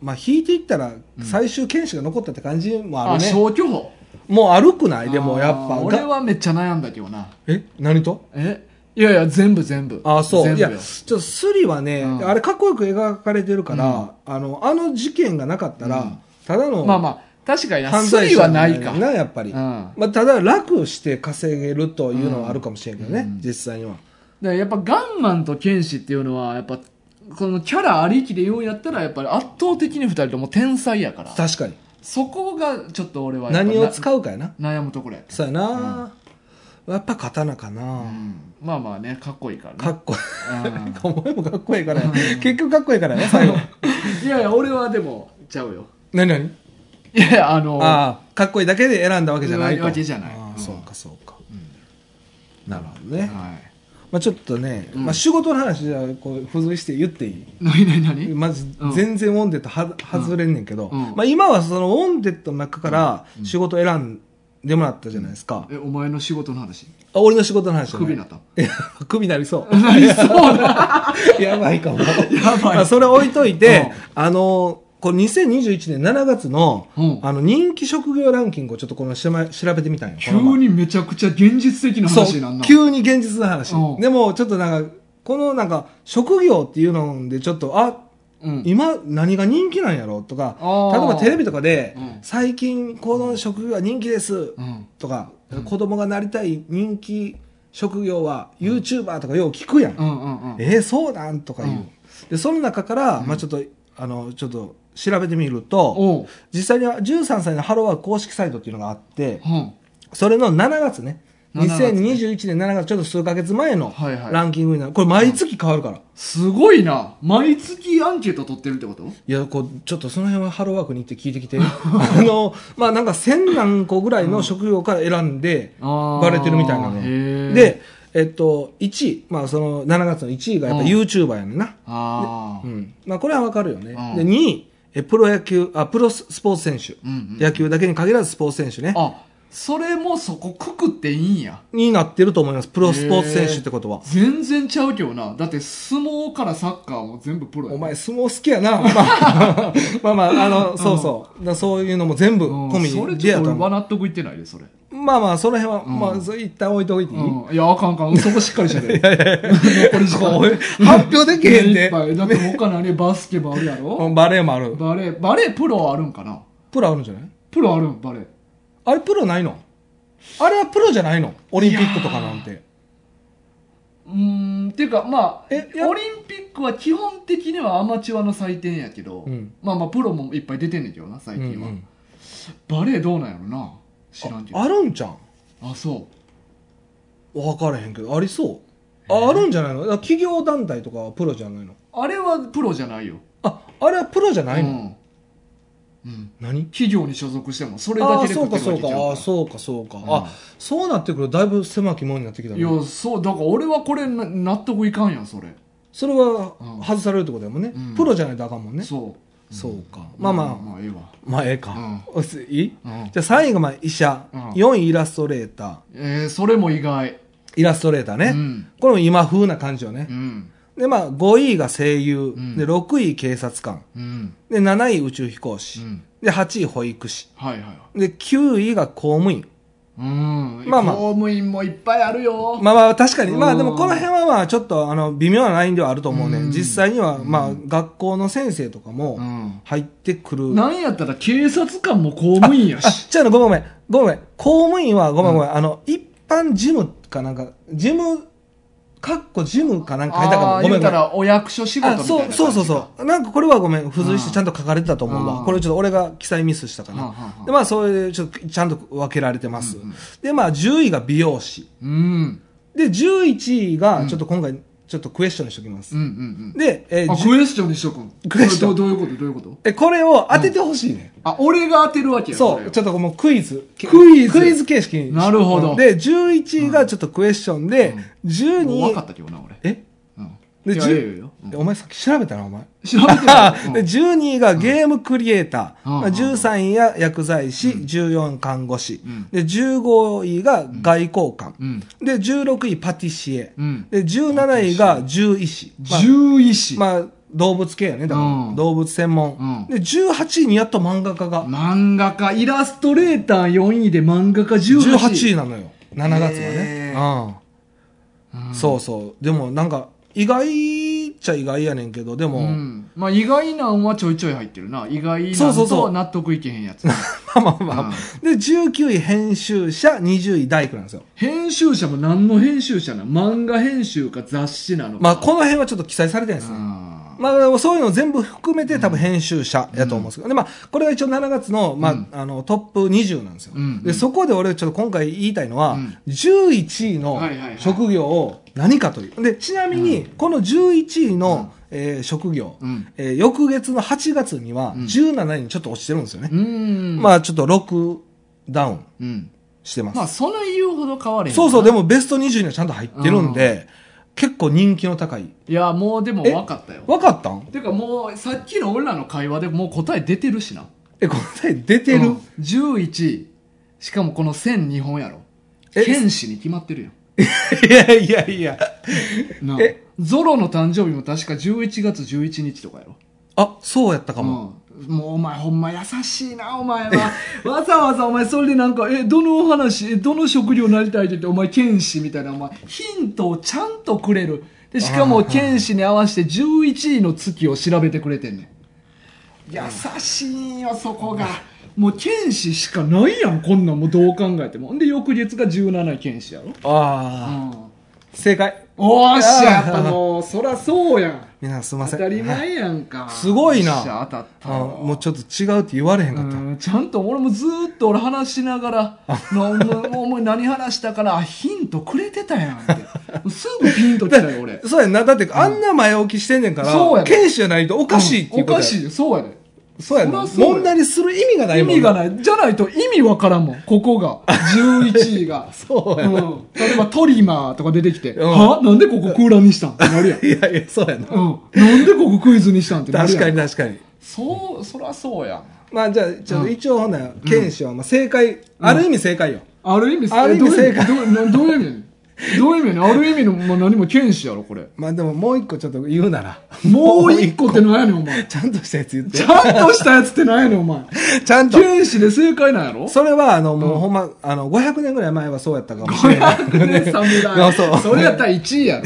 まあ引いていったら最終剣士が残ったって感じもあ
あ、
るね。
消去法。
もう歩くないでもやっ
あ
ぱ
ー。俺
が
はめっちゃ悩んだけどな。
え何と
えいやいや、全部全部。
あそう
全
い
部よ
やちょっとスリはね、
うん
あれかっこよく描かれてるから、あのあの事件がなかったら、
うん
ただの
まあまあ、確かに
犯
安
罪
い
者
は
に
ないか。
なやっぱり、
うん
まあ、ただ楽して稼げるというのはあるかもしれんけどね、
うん
実際には
だからやっぱガンマンと剣士っていうのは、やっぱ、このキャラありきで言うんやったら、やっぱり圧倒的に二人とも天才やから。
確かに
そこがちょっと俺はやっぱ
何を使うかやな
な悩むところやった。
そうやな、やっぱ刀かな、
うんまあまあねかっこいいからね
かっこいい
うん
お前もかっこい いからや結局かっこいいからや最後
いやいや俺はでもちゃうよ
何何
いいやあの
ああかっこいいだけで選んだわけじゃないと
わけじゃない
ああ
うん
そうかそうか、なるほど
は
ね、
い
まあ、ちょっとね、
うん
まあ、仕事の話じゃあこう付随して言っていい
何何何
まず
うん
全然ウォンデッドは外れんねんけど、
うん
まあ、今はそのウォンデッドの中から仕事選んでもらったじゃないですか、
えお前の仕事の話
あ俺の仕事の話じゃ
ク
ない
ビになった
いやクビなりそ う
なりそうだ
やばいかも
やばい
まあ、それは置いといて、あのこれ2021年7月の,、
うん
あの人気職業ランキングをちょっとこのしま調べてみたんよこ
急
の前
にめちゃくちゃ現実的な
そ
話になん
う
な
急に現実の話、
うん
でもちょっとなんかこのなんか職業っていうのでちょっとあ
うん
今何が人気なんやろとか
あー
例えばテレビとかで、
うん
最近この職業は人気です
うん
とか、子供がなりたい人気職業は YouTuber とかよう聞くやん、
うんうんうん
えー、そうなんとか言う、
うん
でその中から、まあ、ちょっとあのちょっと調べてみると
おう
実際には13歳のハローワーク公式サイトっていうのがあって
うん
それの7月ね
7月ね
2021年7月ちょっと数ヶ月前の
はいはい
ランキングになるこれ毎月変わるから、
すごいな毎月アンケート取ってるってこと
いやこうちょっとその辺はハローワークに行って聞いてき てあのまあなんか千何個ぐらいの職業から選んで
あー
バレてるみたいなの
へー
でえっと1位、まあ、その7月の1位がやっぱ
うん
YouTuber やねんな、
ああ
うんまあ、これはわかるよね、
う
で
ん
2位えプロ野球あプロススポーツ選手、
うんうん
野球だけに限らずスポーツ選手ね
あそれもそこくくっていいんや
になってると思いますプロスポーツ選手ってことは、
全然ちゃうけどなだって相撲からサッカーも全部プロや
お前相撲好きやな、ま あ、まあまああのそうそう、だそういうのも全部
うん
込
それ
みで
ちょ
や
っ
と
と俺
思
は
う
納得いってないでそれ、
まあまあその辺は、
うん
まあそれ一旦置いておいていい、
うん、いやあかんあかんそこしっかりしてる 残り時 間
こう発表できへん
い
で
っぱいだって他何バスケもあるやろ
バレーもある
バレーバレープロあるんかな
プロあるんじゃない
プロあるんバレー
あれプロないのあれはプロじゃないのオリンピックとかなんて
うーんっていうかまあ
えいや
オリンピックは基本的にはアマチュアの祭典やけど、
うん
まあまあプロもいっぱい出てんねんけどな最
うんう
近は、
ん
バレーどうなんやろな知らんけど
あるんじゃん
あそう
分からへんけどありそうああるんじゃないのだから企業団体とかはプロじゃないの
あれはプロじゃないよ
ああれはプロじゃないの、
うんうん、
何
企業に所属してもそれだ
あ
け
あ
で
そ
食
う
って
か
るわ
そ
け
う
ちゃう
か
から
あそうかそうか、
ん
あそうなってくるとだいぶ狭き門になってきた
い
ね
やそうだから俺はこれな納得いかんやんそれ、
それは
うん
外されるってことやもんね、
うん
プロじゃないとあかんもんね
そう
そうかまあまあ
まあええわ
まあええか、いい
うん
じゃあ3位がまあ医者、
うん
4位イラストレーター
えー、それも意外
イラストレーターね、
うん
これも今風な感じよね
う、ん
でまあ5位が声優、
うん
で6位警察官
うん
で7位宇宙飛行
う
士、
ん
で8位保育士
はいはいはい
で9位が公務員
うん
まあまあ
公務員もいっぱいあるよ、
まあまあ確かに、まあでも
うん
この辺はまあちょっとあの微妙なラインではあると思うね。
うん
実際にはまあ学校の先生とか
う
も
ん、
入ってくる。あ、
なんやったら警察官も公務員やし
じゃあのごめんごめん。ごめんごめん。公務員はごめんごめん。あの、一般事務かなんか、事務、かっこ事務かなん か書いたか
あ
も。
ー
ごめ
言う
んご
た
めん。
らお役所仕事み
あ
たいな
そうそうそうそう。なんかこれはごめん。付随してちゃんと書かれてたと思う
う
わ。
ん
これちょっと俺が記載ミスしたか
うんうんう。
なんでまあそれでちょっとちゃんと分けられてます
うんうん。
でまあ10位が美容師。
ううん
で、11位が、ちょっと今回、ちょっとクエスチョンにしておきます。
うんうんうん
で、えー
あ、
じゅ
クエスチョンにしとくん。
クエスチョン
どうどういうことどういうこと
えこれを当ててほしいね。
あ、俺が当てるわけや。
そ
れ
う、ちょっともうクイズ。
クイズ
クイズ形式に。
なるほど
で、11位がちょっとクエスチョンで、12
もう分
位
か。ったけどな、俺。
え
うん。
で
いや
じゅ
いやいやいやうん
えお前さっき調べたな、お前。
調べて
あ
な い。
で12位がゲームクリエイター、
うん
まあ
うん
13位が薬剤師、14位看護師、
うん
で15位が外交官、
うん。
で16位パティシエ、
うん。
で17位が獣医師、まあ
獣医師。
まあ、動物系やね、だから、
うん
動物専門、
う
で、18位にやっと漫画家が、
漫画家、イラストレーター4位で漫画家18
18位なのよ、7月はね
へ。
うんそうそう。でも、なんか、意外っちゃ意外やねんけど、でも、
うん。まあ意外なんはちょいちょい入ってるな。意外
そ
な
うんそうそう
と納得いけへんやつ。
まあまあまあ、で、19位編集者、20位大工なんですよ。
編集者も何の編集者なの漫画編集か雑誌なのか。
まあ、この辺はちょっと記載されてないですね。
うん
まあ、でもそういうの全部含めて多分編集者やと思うんですけど、でまあ、これが一応7月の,、まああのトップ20なんですよ、
うんうん
でそこで俺ちょっと今回言いたいのは、
うん
11位の
はいはいはい
職業を何かというでちなみにこの11位の、えー職業、
うん
えー翌月の8月には
うん
17位にちょっと落ちてるんですよね、
うん。
ま
あ、
あちょっと6ダウン
うん。
してます、
まあ、その言うほど変われへん。
そうそうで。もベスト20にはちゃんと入ってるんで、結構人気の高い
いや、もうでも
え
分かったよ。
分かったん
てかもう、さっきの俺らの会話でもう答え出てるしな。
え答え出てる、
うん11位。しかもこの1000日本やろ。
え
剣士に決まってるよ。
いやいやいや。
なあ
え
ゾロの誕生日も確か11月11日とかやろ。
あ、そうやったかも。
うん、もうお前ほんま優しいなお前は わざわざお前それでなんか「えどのお話えどの食料になりたい?」って言って「お前剣士」みたいなお前ヒントをちゃんとくれるでしか
あ
も
ー
剣士に合わせて11位の月を調べてくれてんねん優しいよそこがもう剣士しかないやんこんなんもうどう考えてもほんで翌日が17位剣士やろ、う
ああ、
ん、
正解。
おーっし
あー
ゃやっぱもうそらそうやん
皆さんすいませ
当
ん。
たり
はい
前やんか
すごいな
よっしゃ当たった
あ
よ
もうちょっと違うって言われへんかった。
うんちゃんと俺もずーっと俺話しなが ら「なお前もうお前何話したからあヒントくれてたやん」ってすぐピンときたよ俺
そうやんな。だって、あんな前置きしてんねんから、
そうやね
剣士じゃないと おかしいってい
お
うことや
かしいよそうやで
そうやな。
そらそうや
問題にする意味がない
意
もん
味がないじゃないと意味わからんもんここが11位が
そうやな。
うん例えばトリマーとか出てきて「
うん
はなんでここ空欄にしたん?」ってなるやん
いやいや、そうやな。
うんなんでここクイズにしたんってなる
確
やん
かに確かに。
そうそらそうやん
まあじゃあ、ちょっと一応ほんなら、剣士は、まあ正解、ある意味正解よ。
ある意味
ある意味正解
どういう意味どうどういう意味やねんどういう意味やねんある意味のもう何も剣士やろこれ
まあでももう一個ちょっと言うなら、
もう一個ってなんやねんお前
ちゃんとしたやつ言って
ち。ゃんとしたやつってなんやねんお 前
ちゃんと。
剣士で正解なんや ろ
それは、あの、もうほんま、あの、500年ぐらい前はそうやったかもしれない。
500年
あそう
侍それやったら1位や ろ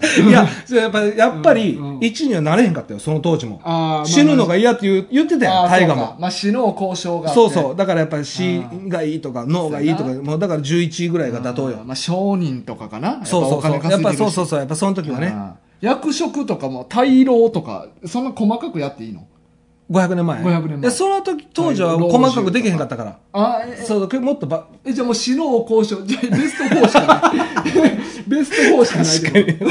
いや、それやっぱり、やっぱり
うんうん、
1にはなれへんかったよ、その当時も。
あー
死ぬのが嫌って言う言ってた
あ
よ、
ー
大
そ
河
うか
も。
まあ死のう交渉があって
そうそう。だからやっぱり死がいいとか、脳がいいと
そう
か、
や
もうだから11位ぐらいが妥当
あー
よ。
まあ商人とかかな
そうそうそう。やっぱそうそううそう。やっぱその時はね、
役職とかも大老とかそんな細かくやっていいの
500年前。
500年前
でその時、当時は細かくできへんかったから。
あーえ
そうそう、もっとば、
え、じゃあもう死のう交渉。じゃあベスト4しか ない。ベスト4しかないけど。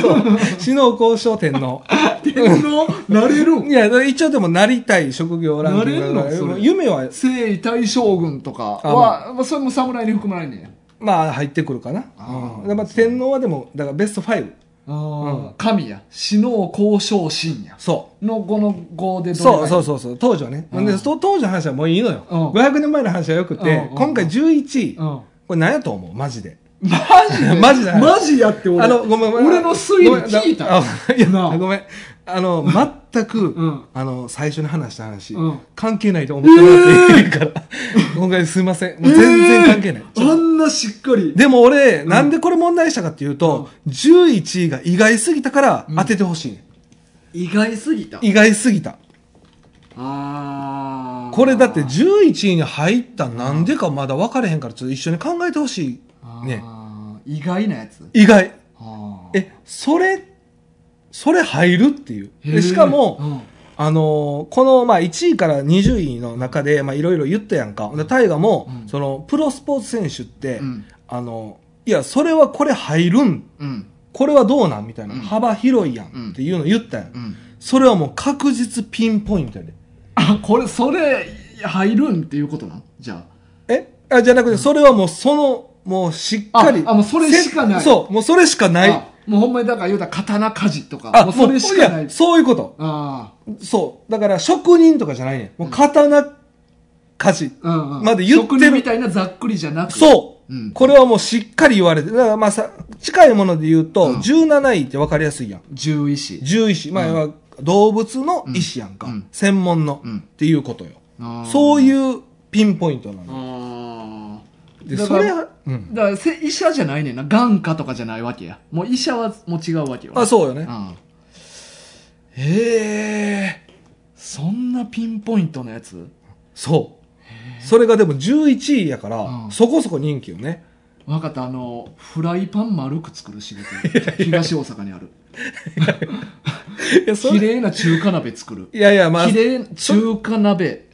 死の交渉天皇。
天皇、なれるん
いや、一応でもなりたい職業ランキング
なれんのそ
が
れ
夢は、
征夷大将軍とか
あ
は、まあ、それも侍に含まれんねん。
まあ入ってくるかな。
あー
うん。だから天皇はでも、だからベスト5。
うん神や。死のう交渉神や。
そう。
の語の語で
そうそううそうそう当時はね、
うん
でそ当時の話はもういいのよ、
うん
500年前の話はよくて、
うんうんうん
今回11位、
う
こ
ん。
れ何やと思うマジで
マジで
マジだ
マジやって俺。
あのごめんごめん
俺の推理聞いた。
ごめんあいや
なあ
ごめんあの全く、
ん
あの最初に話した話、
うん
関係ないと思ってもらっていいから、今回すいませんもう全然関係ない、
え
ち
ー
ょ
あ
っと
んなしっかり。
でも俺、なんでこれ問題にしたかっていうと、11位が意外すぎたから当ててほしい、
意外すぎた。
意外すぎた
あー
これだって11位に入ったなんでかまだ分かれへんからちょっと一緒に考えてほしいね
あー意外なやつ。
意外
あー
えそれそれ入るっていう
へー
でしかも、
うん
あのーこのまあ1位から20位の中でまあいろいろ言ったやんかで大河も、
うん
そのプロスポーツ選手って、
うん
あのいやそれはこれ入るん
うん
これはどうなんみたいな、
うん
幅広いや
うん
んっていうの言ったやん、
うん
それはもう確実ピンポイントやで
あこれそれ入るんっていうことなんじゃ
えあじゃなくて、それはもうその、もうしっかり。
ああもうそれしかない
せそう、もうそれしか
あ、
ない。
あもうほんまにだから言うたら刀鍛冶とか
あ
もうそれしかない
やそういうこと。
あ
そう。だから職人とかじゃないねん。もう刀鍛
あ、うんうん、
まだ言ってる
職人みたいなざっくりじゃなく
冶。そう、
うん
これはもうしっかり言われて。だからまあさ、近いもので言うと、
うん
17位って分かりやすいやん。
獣医師
獣医師。まあ、
うん
要は動物の医師やんか。
うん
専門の、
うん
っていうことよ。
あー
そういうピンポイントなの。
あー
で、
だ
そ
から
れ
だ
は、うん。
からせ医者じゃないねんな眼科とかじゃないわけやもう医者はもう違うわけよ
あ、そうよ
う
ね。
んへえそんなピンポイントのやつ
そう。それがでも11位やから、
うん
そこそこ人気よね。
分かったあのフライパン丸く作る仕事東大阪にある
やそ
綺
れ
麗な中華鍋作る
いやいやまあ
綺麗中華鍋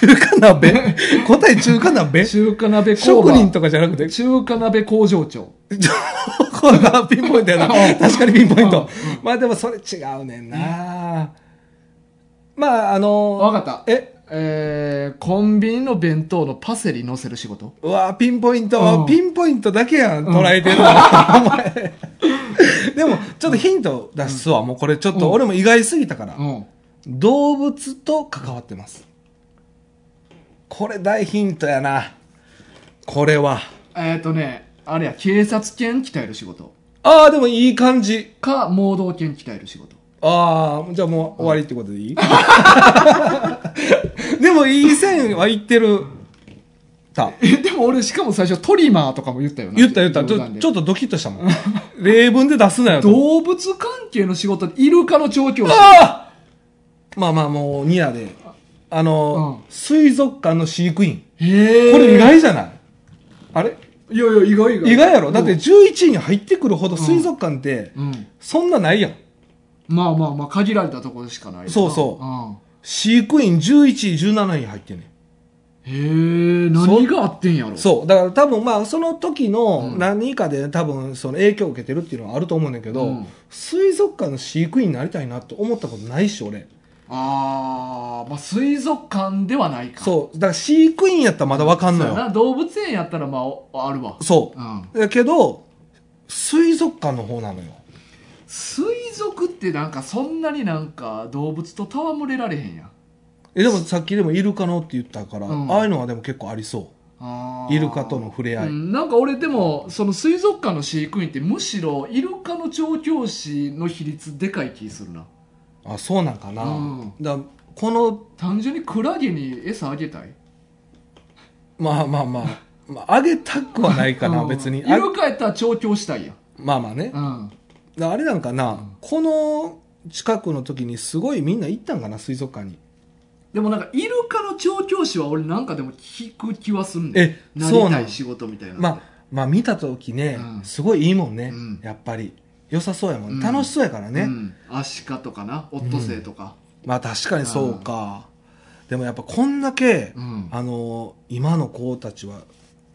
中華鍋 答え中華鍋
中華鍋工
職
場
人とかじゃなくて
中華鍋工場長
これがピンポイント
う
やな
ん
確かにピンポイント
う
まあでもそれ違うねんなまああの
わかった
え
えー、コンビニの弁当のパセリ乗せる仕事
うわピンポイン
う
ト
ん
ピンポイントだけやん
うん
捉 えてるのお前でもちょっとヒント出すわもうこれちょっ
うん
と俺も意外すぎたから
うん
動物と関わってますこれ大ヒントやなこれは
えっ、ー、とねあれや警察犬鍛える仕事
ああでもいい感じ
か盲導犬鍛える仕事
ああじゃあもう終わりってことでいい、でもいい線はいってるた
えでも俺しかも最初トリマーとかも言ったよな
言った言ったち
冗
ょ
談で
ちょっとドキッとしたもん例文で出すなよと
動物関係の仕事イルカの調教師
ああまあまあもうニアであの、
うん
水族館の飼育員
へえ
これ意外じゃない、あれ
いやいや意外意外
意外やろだって11位に入ってくるほど水族館って
うん
そんなないやん
まあまあまあ限られたところしかないな
そうそうん飼育員11位17位に入ってんねん
へえ何があってんやろ
そうだから多分まあその時の
うん
何かで多分その影響を受けてるっていうのはあると思うんだけど、
うん
水族館の飼育員になりたいなって思ったことないし俺
ああまあ水族館ではないか
そうだから飼育員やったらまだわかんの
そうや
よ
な動物園やったらまあおあるわ、
そう
ん、
うだけど水族館の方なのよ
水族ってなんかそんなになんか動物と戯れられへんやん
えでもさっきでもイルカのって言ったから、
うん
ああいうのはでも結構ありそ
あ
う
ー
イルカとの触れ合い、
うん、なんか俺でもその水族館の飼育員ってむしろイルカの調教師の比率でかい気するな
あそうなんかな、
うん
だからこの
単純にクラゲに餌あげたい
まあまあまあ、まあ、あげたくはないかな、
うん
別に
イ
あ
ルカやったら調教したいやん
まあまあね、
うん
だからあれなんかな、この近くの時にすごいみんな行ったんかな水族館に
でもなんかイルカの調教師は俺なんかでも聞く気はすんねん
え
な
そ
り
うな
た
の
い仕事みたいな
まあまあ見た時ね、
うん
すごいいいもんね、
うん
やっぱり良さそうやもん、
うん
楽しそうやからね、
うん、アシカとかなオットセイとか、
まあ確かにそうか、でもやっぱこんだけ、
うん
あのー今の子たちは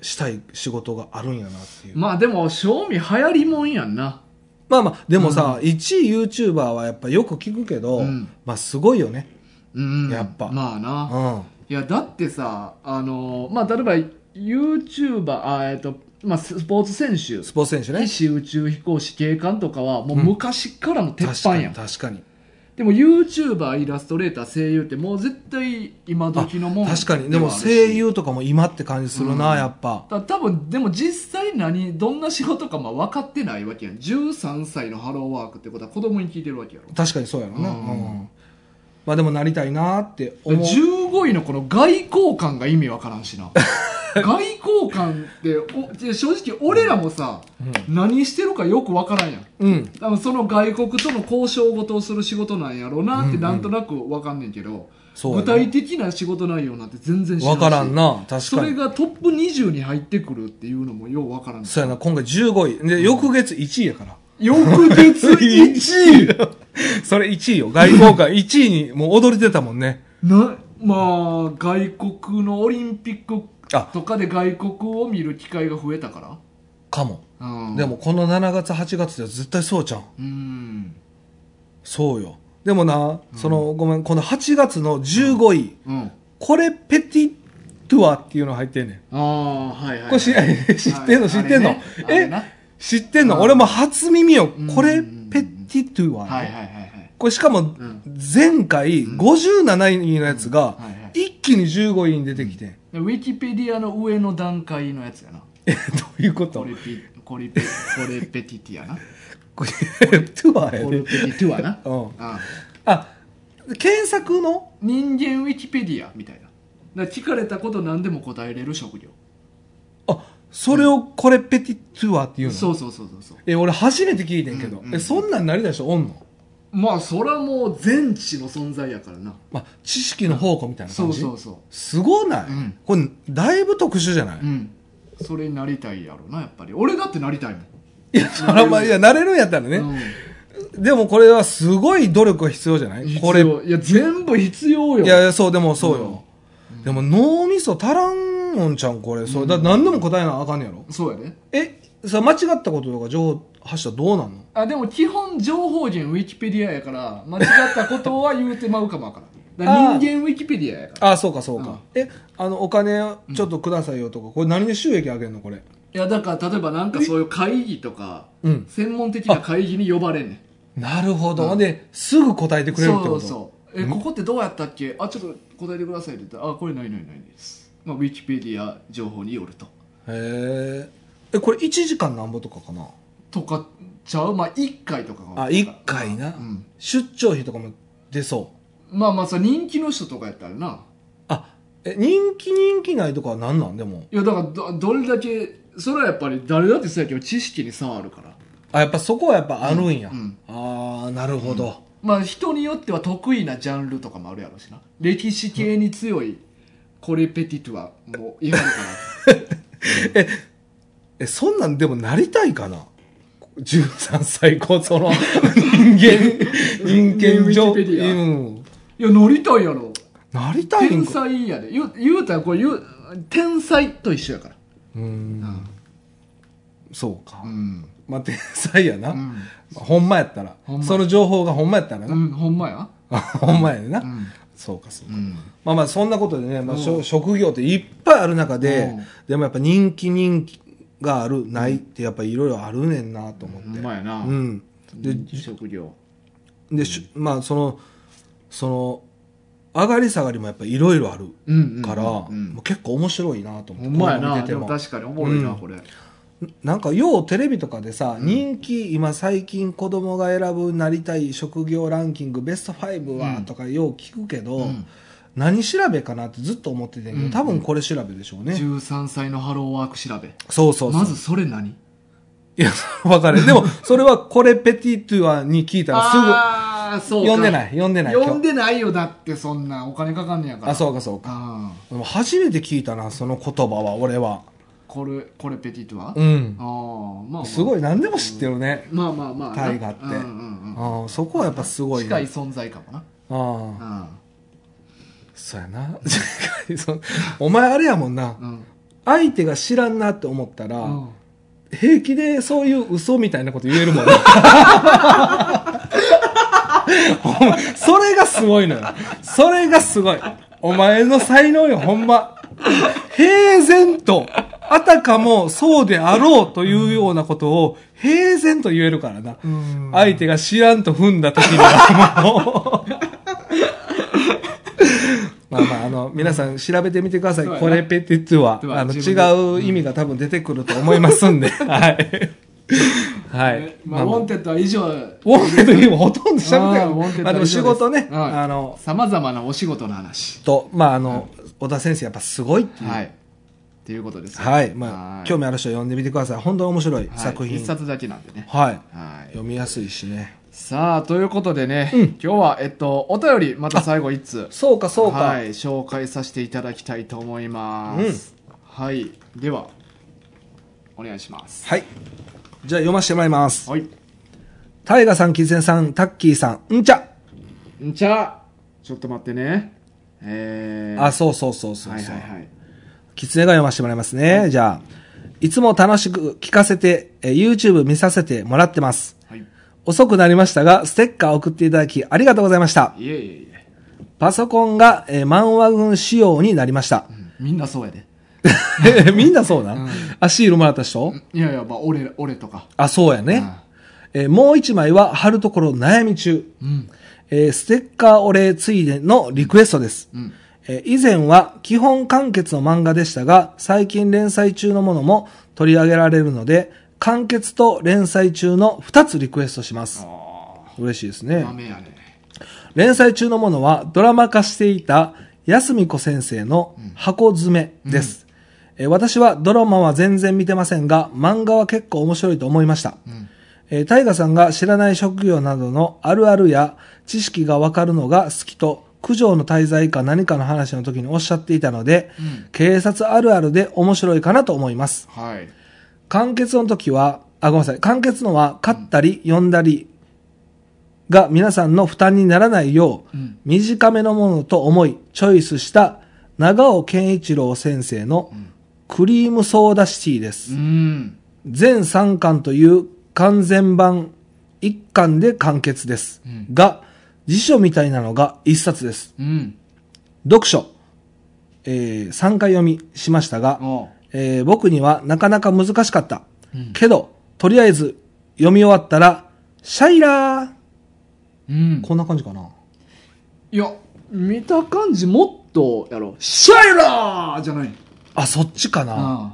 したい仕事があるんやなっていう、
まあでも賞味流行りもんやんな
まあまあでもさ、1位 YouTuber はやっぱよく聞くけど、
うん
まあすごいよね
うん
やっぱ
まあな、
うん
いやだってさあのまあ例えば YouTuber あえっとまあスポーツ選手
スポーツ選手ね
宇宙飛行士警官とかはもう
うん
昔からの鉄
確か
板やん、
に確かに
でも YouTuber イラストレーター声優ってもう絶対今時のもん
確かにで
では
も
あるし
声優とかも今って感じするな、
うん
やっぱ
だ多分でも実際何どんな仕事かまあ分かってないわけやん13歳のハローワークってことは子供に聞いてるわけやろ
確かにそうやろな、う
うん
んまあでもなりたいなって思う
15位のこの外交官が意味わからんし な外交官っておで正直俺らもさ、何してるかよくわからんやん
うん
多分その外国との交渉事をする仕事なんやろうなっ
うんう
て
ん
なんとなくわかんねんけど、
そう
具
や
体的な仕事内容なんて全然知
なわからん
な
な確かに
それがトップ20に入ってくるっていうのもようわからん
そうやな、今回15位。で、翌月1位やから。
翌日1位
位 それ1位よ。外交官1位にもう踊り出たもんね。
なまあ外国のオリンピック
あ
とかで外国を見る機会が増えたか
かも。
ら、うん、
でもこの7月8月では絶対そうじゃん。
うん
そうよ。でもな、その、ごめん、この8月の15位。
うん
これ、ペティトゥアっていうの入ってんねん。
ああはいはい
これ知知ってんの知ってんの、
はいあれね
知ってんの、
うん
俺も初耳よ
うん。
これ、ペティトゥア、
あれなはいはいはいはい
これしかも
ん、
前回57位のやつが
うんはいはい、
一気に15位に出てきてん。
でウィキペディアの上の段階のやつやな
えどういうこ
コ
と
レピコレペコレペティティアな
これ、トゥアや
コレ
で
ペ。ティトゥアな、
うん。
ああ
あ、検索の
人間ウィキペディアみたいなだから聞かれたこと何でも答えれる職業
あ、それをこれペティトゥアっていうの
そうそうそうそうそう
え、俺初めて聞いてんけど
うんう。ん
え、そんなんなりだしょおんの
まあそらもう全知の存在やからな
まあ、知識の宝庫みたいな
そ
感
う
じ
そうそ
すごないう
うん
これ、だいぶ特殊じゃないう
うんそれになりたいやろなやっぱり俺だってなりたいもん
いや、そらまあ、いや、なれるんやったらね。
うん
でもこれはすごい努力が必要じゃないこ
これ
れ
いや全部必要よ
いやいやそうでもそうよ、でも脳みそ足らんのんちゃうんこれそれだって何でも答えなあかんねやろ
そうやね
えさ間違ったこととか情報発したらどうなんの
あでも基本情報源ウィキペディアやから間違ったことは言うてまうかもわからんだか
あ
ら
ー
人間ウィキペディアやから
あそうかそうか、えあのお金をちょっとくださいよとかこれ何で収益上げんのこれ
いやだから例えばなんかそういう会議とか
うん
専門的な会議に呼ばれんねん
なるほど、
うん
ですぐ答えてくれるってこと
そうそうえここってどうやったっけあちょっと答えてくださいって言ったらあこれないないないです、まあ、ウィキペディア情報によると
へええこれ1時間なんぼとかかな
とかちゃうまあ1回とかが
あ一1回な、
うん
出張費とかも出そう
まあまあさ人気の人とかやったらな
あえ人気人気ないとかは何なんでも
いやだからどどれだけそれはやっぱり誰だってそうやけど知識に差あるから
あやっぱそこはやっぱあるんや、
うんうん
ああなるほど、
まあ人によっては得意なジャンルとかもあるやろしな歴史系に強いコレペティトゥはもういはるから
えそんなんでもなりたいかな13歳高その 人間人
人
間
間ウィ
上
キペディア
うん
いや乗りたいやろ
なりたい
天
んか
才やで言う言うたらこれ言う天才と一緒やから
うんそうか、
うん
まあ天才やな、
う
ま
ん、
あほんまやったら
ほんま
その情報がほんまやったら
う
な、
ん、ほんまや
ほんまやでな、
うん
そうかそうか、
うん
まあまあそんなことでね、まあ、しょ
うん
職業っていっぱいある中で、
うん
でもやっぱ人気人気があるないってやっぱいろいろあるねんなと思っ
ほん
て、
まやな、
うん、で
で職業
で、しまあそのその上がり下がりもやっぱいろいろある
うんうんうん
から、
うん
もう結構面白いなと思って
ほんまや
こういうの
な
見
で
てて
も
も
確かにおもろいな、
うん
これ
なんかようテレビとかでさ、人気今最近子供が選ぶなりたい職業ランキングベスト5はとかよう聞くけど、
ん
何調べかなってずっと思っててんけど、
うん
多分これ調べでしょうね、
13歳のハローワーク調べ
そうそうそう
まずそれ何
いや分かるでもそれはコレペティトゥアに聞いたらすぐ
ああそうか
読んでない読んでない
読ん
今日
でないよだってそんなお金かかんねやから
あそうかそうか
あー
でも初めて聞いたなその言葉は俺は
これこれペティトは、
う
あ
ん
あまあ、まあ、
すごい何でも知ってるね、
まあまあまあな
タイガって
うんうん
ああそこはやっぱす
うん、
ごい
近
な
い存在かもな
ああ
あ
そうやな そうお前あれやもんな
うん
相手が知らんなって思ったら、
うん
平気でそういう嘘みたいなこと言えるもんねお前それがすごいのよそれがすごいお前の才能よほんま平然とあたかもそうであろうというようなことを平然と言えるからな、
ん
相手が知らんと踏んだ時にはもうまあまあ、あの、皆さん調べてみてください。
そうやな
これペティトゥは。
では
あの、
自分
違う意味が多分出てくると思いま すんで。はい。はい
え。まあ、ウォン
テ
テッドは以上
ッド。ウォンテッドよりもほとんど喋って
あーウォンテッド
る。まあでも仕事ね、
はい
あの、
さまざまなお仕事の話
と、まああの、小田先生やっぱすごいっていう。
は
はいい。
っていうことですね
ま
は
あ、
い
興味ある人は読んでみてください。本当に面白い
はい
作
一
品。
冊だけなんでね
はい。
はい
読みやすいしね。
さあということでね、今日はえっとお便りまた最後一通
そうか、そうか
は。い、紹介させていただきたいと思います、はいではお願いします
はい。じゃあ読ませてもらいます。
はい
タイガさん、キツネさん、タッキーさん、んちゃ。
んちゃちょっと待ってねえー、
あ、そうそうそうそう
は
そう。
いはいはい
キツネが読ませてもらいますね。じゃあ、いつも楽しく聞かせて、えー YouTube 見させてもらってます。
はい
遅くなりましたが、ステッカー送っていただきありがとうございました。
いえいえいえ
パソコンが、えーマンワグン仕様になりま した。
みんなそうやで
みんなそうなん、あ、シールもらった人、
いやいやまあ俺俺とか
あ、そうやね。えーもう一枚は貼るところ悩み中。
うん
えーステッカーお礼ついでのリクエストです。
うん
えー以前は基本完結の漫画でしたが、最近連載中のものも取り上げられるので、完結と連載中の2つリクエストします。
あ
嬉しいです
あ
ね
ダ。メやね
連載中のものはドラマ化していた安美子先生の箱詰めです。えー私はドラマは全然見てませんが、漫画は結構面白いと思いました。
うん
えー、タイガさんが知らない職業などのあるあるや知識がわかるのが好きと、九条の滞在か何かの話の時におっしゃっていたので、
うん
警察あるあるで面白いかなと思います。
はい
完結の時は、あ、ごめんなさい。完結のは、買ったり、読んだり、が皆さんの負担にならないよ
う
う、
ん
短めのものと思い、チョイスした、長尾健一郎先生の
ん、
クリームソーダシティです。
うん。
全3巻という完全版1巻で完結です、
うん
が辞書みたいなのが1冊です
うん。
読書、え3回読みしましたが、
おう
えー僕にはなかなか難しかった、
うん
けどとりあえず読み終わったらシャイラー
うん。
こんな感じかない
や、見た感じもっと、やろ、シャイラーじゃない
あそっちかな
ああ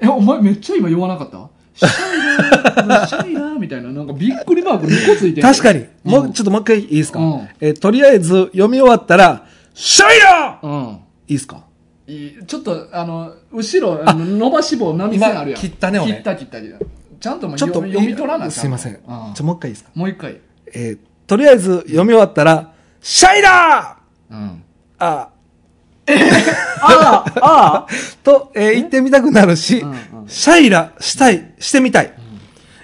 え、お前めっちゃ今言わなかったシャイラー、 シャイラーみたいな、なんかびっくりマーク2個ついてる
確かにも
う
うんちょっともう一回いいですか、
うん
えーとりあえず読み終わったらシャイラー
うん。
いいですか
いいちょっと、あの、後ろ、あの伸ばし棒、波線あるやん。
今切ったね俺
切った切った切った。ちゃんともう
ちょっと
読み読み取らない
すいません、ちょっともう一回いいですか
もう一回。
えーとりあえず読み終わったら、シャイラ
うん。
ーあ
ああ、ああ。
と、えー言ってみたくなるし、
うんうん
シャイラしたい、してみたい。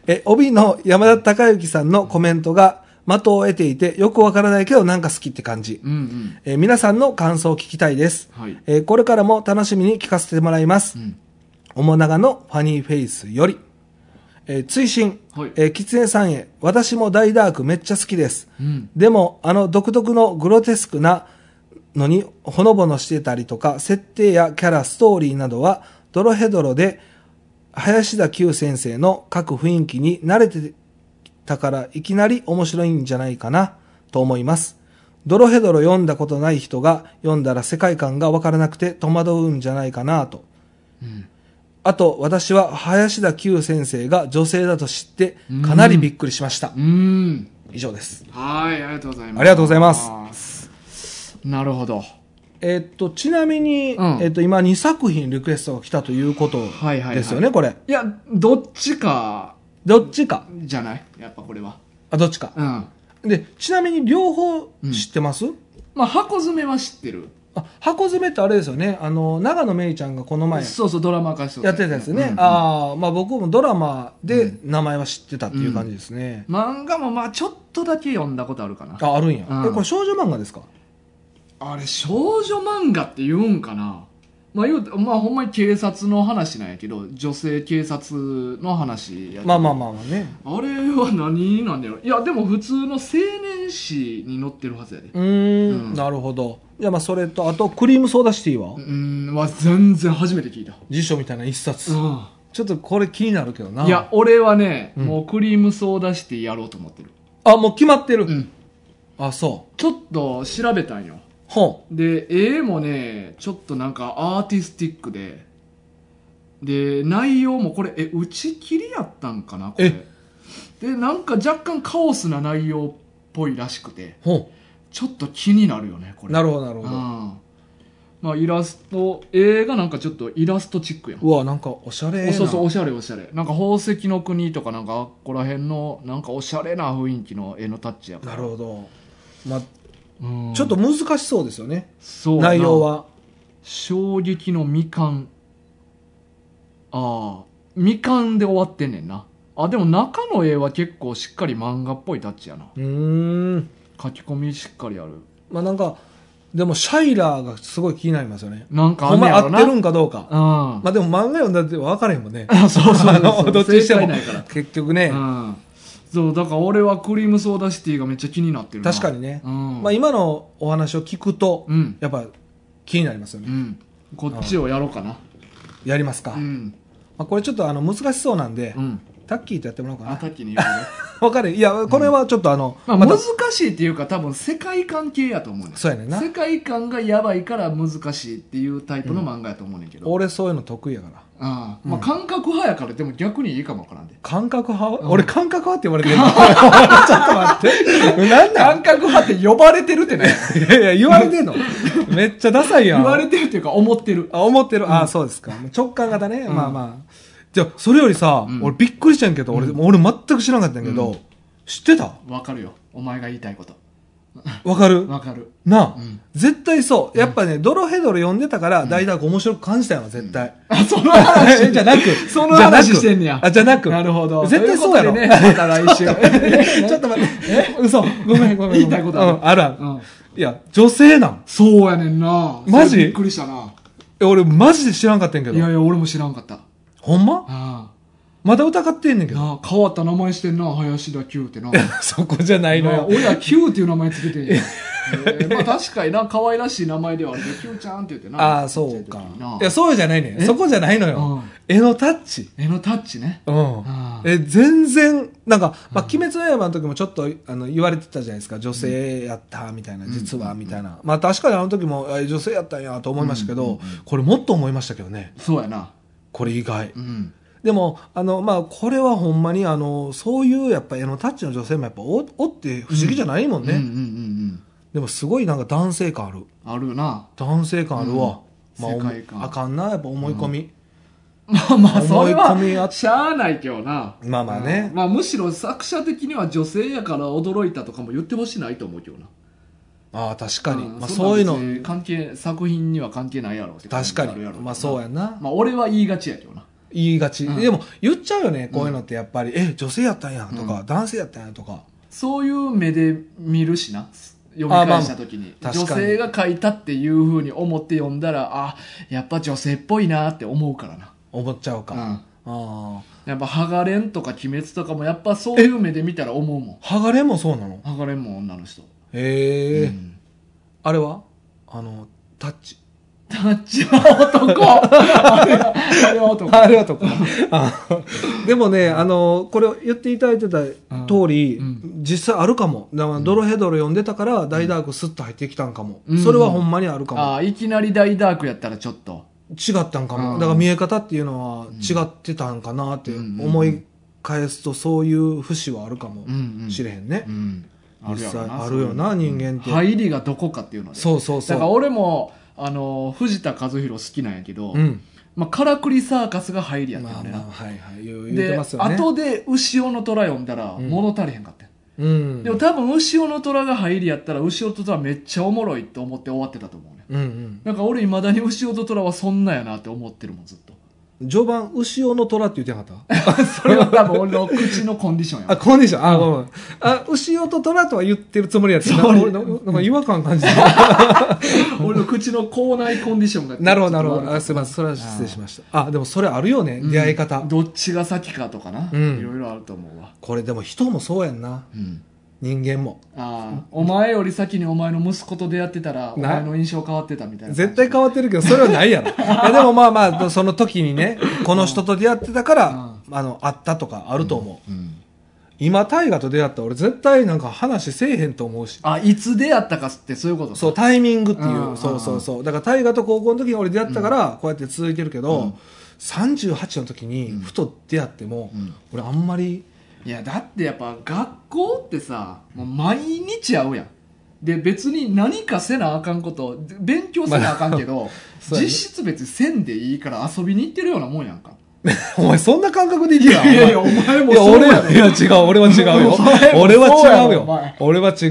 えー帯の山田孝之さんのコメントが的を得ていて、よくわからないけどなんか好きって感じ。
うんうん。
えー皆さんの感想を聞きたいです、
はい。
えーこれからも楽しみに聞かせてもらいます
う。ん。
おもながのファニーフェイスより、えー追伸、
はい
えーキツネさんへ、私も大ダークめっちゃ好きです。
うん。
でも、あの独特のグロテスクなのにほのぼのしてたりとか、設定やキャラ、ストーリーなどはドロヘドロで、林田久先生の各雰囲気に慣れてたからいきなり面白いんじゃないかなと思います。ドロヘドロ読んだことない人が読んだら世界観がわからなくて戸惑うんじゃないかなと。
うん。
あと、私は林田久先生が女性だと知ってかなりびっくりしました
う。ん。
以上です。
はい、ありがとうございます。。
ありがとうございます
なるほど。
えっと、ちなみに、
うん
えっと、今2作品リクエストが来たということ
はいはいはい
ですよね、これ。
いや、どっちか、
どっちか。
じゃないやっぱこれは。
あ、どっちか。
うん。
で、ちなみに両方
うん
知ってます、
まあ、箱詰めは知ってる。
あ、箱詰めってあれですよね。あの、長野めいちゃんがこの前
そうそう、ドラマ化して
やってたやつね。
うん
ああ、まあ僕もドラマで名前は知ってたっていう感じですね。
漫画もまあ、ちょっとだけ読んだことあるかな。
あ、あるんや、
うん
え、これ少女漫画ですか
あれ、少女漫画って言うんかなまあ、言うてまあ、ほんまに警察の話なんやけど、女性警察の話やけど
まあまあまあまあね。
あれは何なんだよ。いや、でも普通の青年誌に載ってるはずやで。
うーん,、
うん
なるほど。じゃあまあそれと、あと、クリームソーダシティは、
うん、は全然初めて聞いた。
辞書みたいな一冊、
う
ちょっとこれ気になるけどな。
ん。いや、。俺はね、
うん
もうクリームソーダシティやろうと思ってる。
あ、もう決まってる。
うん。
あ、そう。
ちょっと調べたんよ。
ほ
で、絵もね、ちょっとなんかアーティスティックで、で、内容もこれ、え、打ち切りやったんかなこれ。で、なんか若干カオスな内容っぽいらしくて、
うほ
ちょっと気になるよね、こ
う
れ。
なるほどなるほ
う
ど
ん。まあ、イラスト、絵がなんかちょっとイラストチックやん。
うわなんかおしゃれな
そうそうおしゃれおしゃれなんか宝石の国とかなんかここら辺のなんかおしゃれな雰囲気の絵のタッチやから
なるほど、まあ、
うん
ちょっと難しそうですよね、
そうやな
内容は
衝撃のみかんああみかんで終わってんねんなあでも中の絵は結構しっかり漫画っぽいタッチやな
うーん
書き込みしっかりある
まあなんかでもシャイラーがすごい気になりますよね
なんかあ
ほん
んね
ま
やろ
合っ
な
てるんかどうか、
うん、
まあでも漫画読んだって分からへんもんね
そ うそう
あ
そ
の
う
どっちにし
正
て
解
も
ないから
結局ね、
うんそうだから俺はクリームソーダシティがめっちゃ気になってるな
確かにね、
うん、
まあ、今のお話を聞くと、
うん
やっぱ気になりますよね、
うん、こっちをやろうかな。
やりますか、
う
ま
ん。
あ、これちょっとあの難しそうなんで、
うん。
タッキーとやってもらおうか
あ
な
たきに言うね。
分かるいやこれはちょっとあの、
まあ、
また
難しいっていうか、多分世界観系やと思うねん
そうやねんな
世界観がやばいから難しいっていうタイプの漫画やと思うねんけど。
俺そういうの得意やから
ああまあ、感覚派やから、でも逆にいいかもわからんで。
感覚派、俺感覚派って言われ てるちょっと待ってなんな
感
ん
覚派って呼ばれてるってね。
いやいや言われ てんのめっちゃダサいやん
言われてるっていうか、思ってる。
あ思ってる、あそうですか直感型ね、まあまあじゃあそれよりさ、
うん
俺びっくりしたんやけど俺,、俺全く知らなかったんやけど、知ってた
わかるよ。お前が言いたいこと。
わかる
わかる
なあ、
うん
絶対そう。やっぱね、ドロヘドロ読んでたから、大学面白く感じたよ、絶対。
あそ の
じゃなく。
その話してんね
じゃ
や
なくあ、じゃなく。
なるほど
絶対そうやろ。
といことでねまた来週
ちょっと 待って。え嘘。ごめん、ごめん。
言いたいことあ
あ
る
る。うん、あるある
うん
いや、女性なん。
そうやねんな
マジ
それびっくりしたな
え俺、マジで知らんかったんや
い
け
や
ど。
いや俺も知らんかったあ
ほんま
あ
まだ疑ってんねんけど。
なあ変わった名前してんな林田久ってな
そこじゃないの
まあ
よ。
俺は Q っていう名前つけてん やえーまあ確かにな可愛らしい名前ではあるけど Q ちゃんって言ってな
ああ、そうか
ちっちゃい時にない
や、そうじゃないねん
え
そこじゃないのよ。絵のタッチ。
絵のタッチね
うん。
ああ
え全然なんか、まあ「鬼滅の刃」の時もちょっとあの言われてたじゃないですか女性やったみたいな、実はみたいな、まあ確かにあの時もあ女性やったんやと思いましたけど、これもっと思いましたけどね
そうやな
これ以外、
うん
でもあの、まあ、これはほんまにあのそういうやっぱ絵のタッチの女性もやっぱおおって不思議じゃないもんね、
うんうんうん
でもすごいなんか男性感ある
うんあるな
男性感あるわ、
うん
まあ、おも
世界観
あかんなやっぱ思い込み、
まあまあそれ
思い込みあ
は
っ
しゃあないけどな
まあまあね
うんまあむしろ作者的には女性やから驚いたとかも言ってほしないと思うけどな
ああ確かに、
ん
まあ、そういう
ん
の
なん別に関係作品には関係ないやろって
確か
感じ
に
るやろ
まあそうやんな、
まあ俺は言いがちやけどな
言いがち、
うん
でも言っちゃうよねこういうのってやっぱり、え女性やったんやとか、男性やったんやとか
そういう目で見るしな読み返した時に,、
あまあま
女
あ確かに
性が書いたっていうふうに思って読んだらあやっぱ女性っぽいなって思うからな
思っちゃうか、
うん
ああ
やっぱ「ハガレン」とか「鬼滅」とかもやっぱそういう目で見たら思うもん
剥がれもそうなの
ハガレンも女の人
へえ、
うん
あれはあのタッチ
タッチは男 あれは あれは男
あれはとか あでもねあのこれを言っていただいてた通り、
うんう
実際あるかもだからドロヘドロ読んでたから、大ダークスッと入ってきたんかも、
うん
それはほんまにあるかも、
あいきなり大ダークやったらちょっと
違ったんかも、
うん
だから見え方っていうのは違ってたんかなって思い返すとそういう節はあるかも
うんうん
しれへんね、
うん
実際あ
そう
る
いう
よな人間って、
入りがどこかっていうので
そうそうそ
だ
う
から俺もあの藤田和弘好きなんやけど、
うん
まあ、からくりサーカスが入りやった
まあ
よね、
まあはいはい言う言って
で、
ますよね
後で潮の虎読んだら
ん
物足りへんかったよ、
うん
でも多分潮の虎が入りやったら潮と虎めっちゃおもろいと思って終わってたと思うね
うんうん
なんか俺いまだに潮と虎はそんなやなって思ってるもんずっと
序盤牛尾の虎って言ってなかった
それは多分俺の口のコンディションや
あ
わ
コンディションあごめんあ牛尾と虎とは言ってるつもりやったな
そう
俺のなんか違和感感 じて
俺の口の口内コンディションが
なるほどなるほどあ
ち
す
ょっと悪か
いませんそれは失礼しましたあでもそれあるよね
った
出会い方、
うんどっちが先かとかな、
うん
いろいろあると思うわ、
これでも人もそうやんな
うん
人間も
ああお前より先にお前の息子と出会ってたらお
な
前の印象変わってたみたいな
絶対変わってるけどそれはな いやろいやでもまあまあその時にねこの人と出会ってたから、あの会ったとかあると思う、
うん
今大河と出会ったら俺絶対なんか話せえへんと思うし
あいつ出会ったかってそういうこと
そうタイミングってい
うん
うそうそうそうだから大河と高校の時に俺出会ったからこうやって続いてるけど、
うん
38の時にふと出会っても、
うん
俺あんまり
いやだってやっぱ学校ってさもう毎日会うやんで別に何かせなあかんことで勉強せなあかんけど、
そうやね
実質別にせんでいいから遊びに行ってるようなもんやんか
お前そんな感覚でいけた
いやいやお前も
いや
そう
俺
やろ
いや違う俺は違うよ
お前も
俺は
そうやろ
違う
お前
よ俺は違う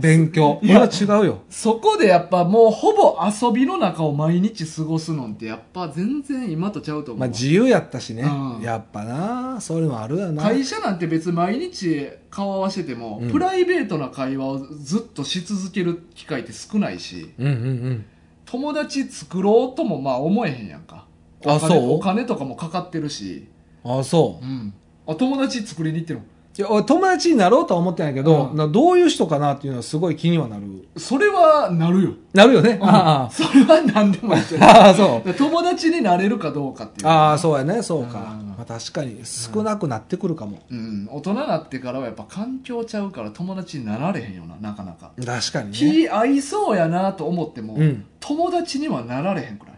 勉強俺は違うよ
そこでやっぱもうほぼ遊びの中を毎日過ごすのってやっぱ全然今とちゃうと思う
ま
わ、
あ自由やったしね、
うん
やっぱなそういうのもあるよな
会社なんて別に毎日顔合わせても、
うん
プライベートな会話をずっとし続ける機会って少ないし
うんうんうん
友達作ろうともまあ思えへんやんか
あ
お金
そう
お金とかもかかってるし、、
あそううん
あ友達作りに行ってるの
いや俺友達になろうとは思ってないけど、
うん
などういう人かなっていうのはすごい気にはなる
それはなるよ、
なるよね、
うん
あ
それは何でもやって
あ
る
ああそう
友達になれるかどうかっていう
ああそうやねそうか、
うん
まあ、確かに少なくなってくるかも、
うん、大人になってからはやっぱ環境ちゃうから友達になられへんよななかなか、
確かにね、
気合いそうやなと思っても、
うん
友達にはなられへんくらい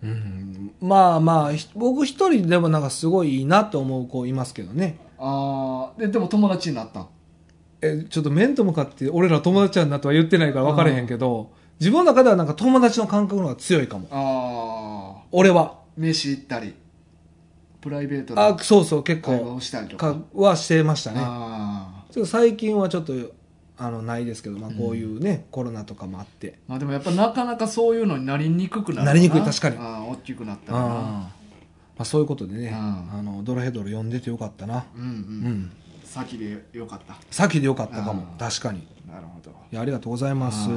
うん、まあまあひ僕一人でもなんかすごいいいなと思う子いますけどね
ああででも友達になったん
えちょっと面と向かって俺ら友達やんなとは言ってないから分かれへんけど、自分の中ではなんか友達の感覚の方が強いかも
ああ
俺は
飯行ったりプライベート
あ
な
そうそう結
会話
構
をしたりとか
かはしてましたね
あ
ちょっと最近はちょっとあのないですけど、まあ、こういうね、コロナとかもあって
まあでもやっぱなかなかそういうのになりにくくなる
なりにくい確かに
ああ大きくなった
あ、
ら
うん
な
まあ、そういうことでね、
うん
あのドロヘドロ読んでてよかったな、
うんうん、
うん、
先でよかった
先でよかったかも
あー
確かに
なるほど
いやありがとうございます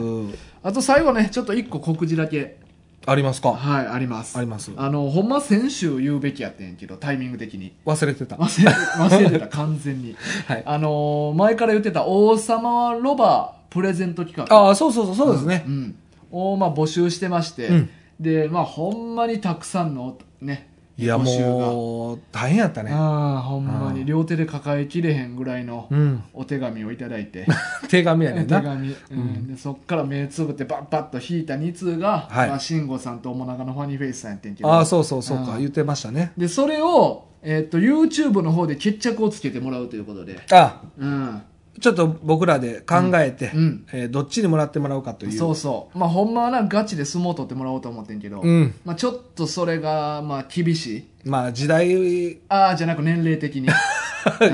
あと最後ねちょっと一個告示だけ
ありますか
はいあります
あります
あのほんま先週言うべきやってんけどタイミング的に
忘れてた
忘れ忘れてた完全 に
はい
あのー前から言ってた「王様はロバプレゼント企画」
ああそうそうそうそうですね
う、ん、を、まあ、募集してまして、
うん
でまあほんまにたくさんのね
いや
募集が
もう大変やったね
ああほんま
う
に
ん
両手で抱えきれへんぐらいの
うん
お手紙をいただい て、
手紙やね
お手
んな
紙、うん
うん
でそっから目つぶってバッバッと引いた2通が、
はい
まあ、慎吾さんとおもなかのファニーフェイスさんやってんけど
ああそうそうそうか
うん
言ってましたね
でそれを、えー、と YouTube の方で決着をつけてもらうということで、
あ
うん、
ちょっと僕らで考えて、
うんうん
えーどっちにもらってもらうかという
そうそうまあほんまはなガチで相撲取ってもらおうと思ってんけど、
うん
まあ、ちょっとそれがまあ厳しい
まあ時代
ああじゃなく年齢 的に、うんうん、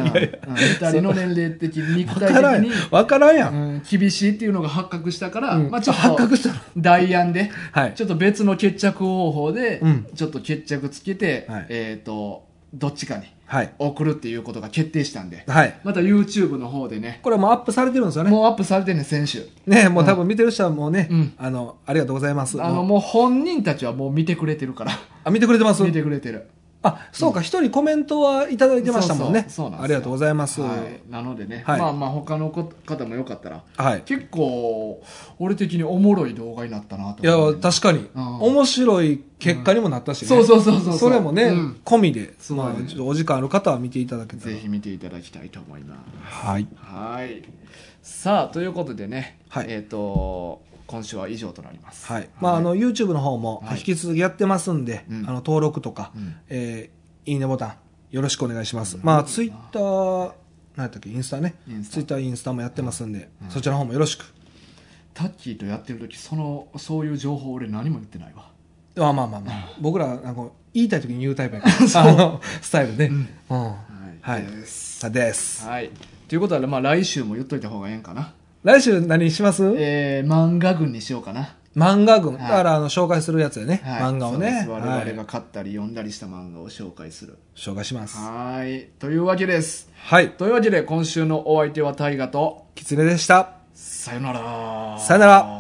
2人の年齢的に肉
わから
体
ん
的に
わからんや ん、
うん、厳しいっていうのが発覚したから、
うん
まあ、ちょっと
発覚したの
代案で、
はい
ちょっと別の決着方法で、
うん
ちょっと決着つけて、
はい
えっ、とどっちかに
はい
送るっていうことが決定したんで、
はい
また YouTube の方でね
これもうアップされてるんですよね
もうアップされてんねん先週
ねもう多分見てる人はもうね、
うん
あのありがとうございます
あの
もう
もう本人たちはもう見てくれてるから
あ見てくれてます
見てくれてる
あそうか一、人コメントはいただいてましたもんね
そうそうそうなんですよ
ありがとうございますは
はい、なのでね、
はい
まあまあ他のこ方もよかったら
い、い、
結構俺的におもろい動画になったなと
や
思うね
確かに、
うん
面白い結果にもなったしね、
そうそうそうそう
れもね、
うん
込みで、
そう
まあ、ちょっとお時間ある方は見ていただけたら
ぜひ見ていただきたいと思います
はい
はい。さあということでね、
はい
えっ、と今週は以上となります。
はいまあ、あの YouTube の方も
はい
引き続きやってますんで、
うん
あの登録とか、
うん
えーいいねボタンよろしくお願いします、まあ Twitter 何やったっけインスタね
インスタ
Twitter インスタもやってますんで、
うん
そちらの方もよろしく
タッキーとやってる時そのそういう情報俺何も言ってないわ。
まあまあまあまあ僕らなんか言いたい時に言うタイプ やからあのスタイルね、うんはい
です
さあです、
はい。ということはまあ来週も言っといた方がええんかな。
来週何します
えー、漫画群にしようかな。
漫画群、
はい
だからあの紹介するやつやね、
はい
漫画を
そうで
ね
す我々が
はい
買ったり読んだりした漫画を紹介する。
紹介します
はい。というわけです。
はい
というわけで今週のお相手は大ガと
キツネでした
さよなら。
さよなら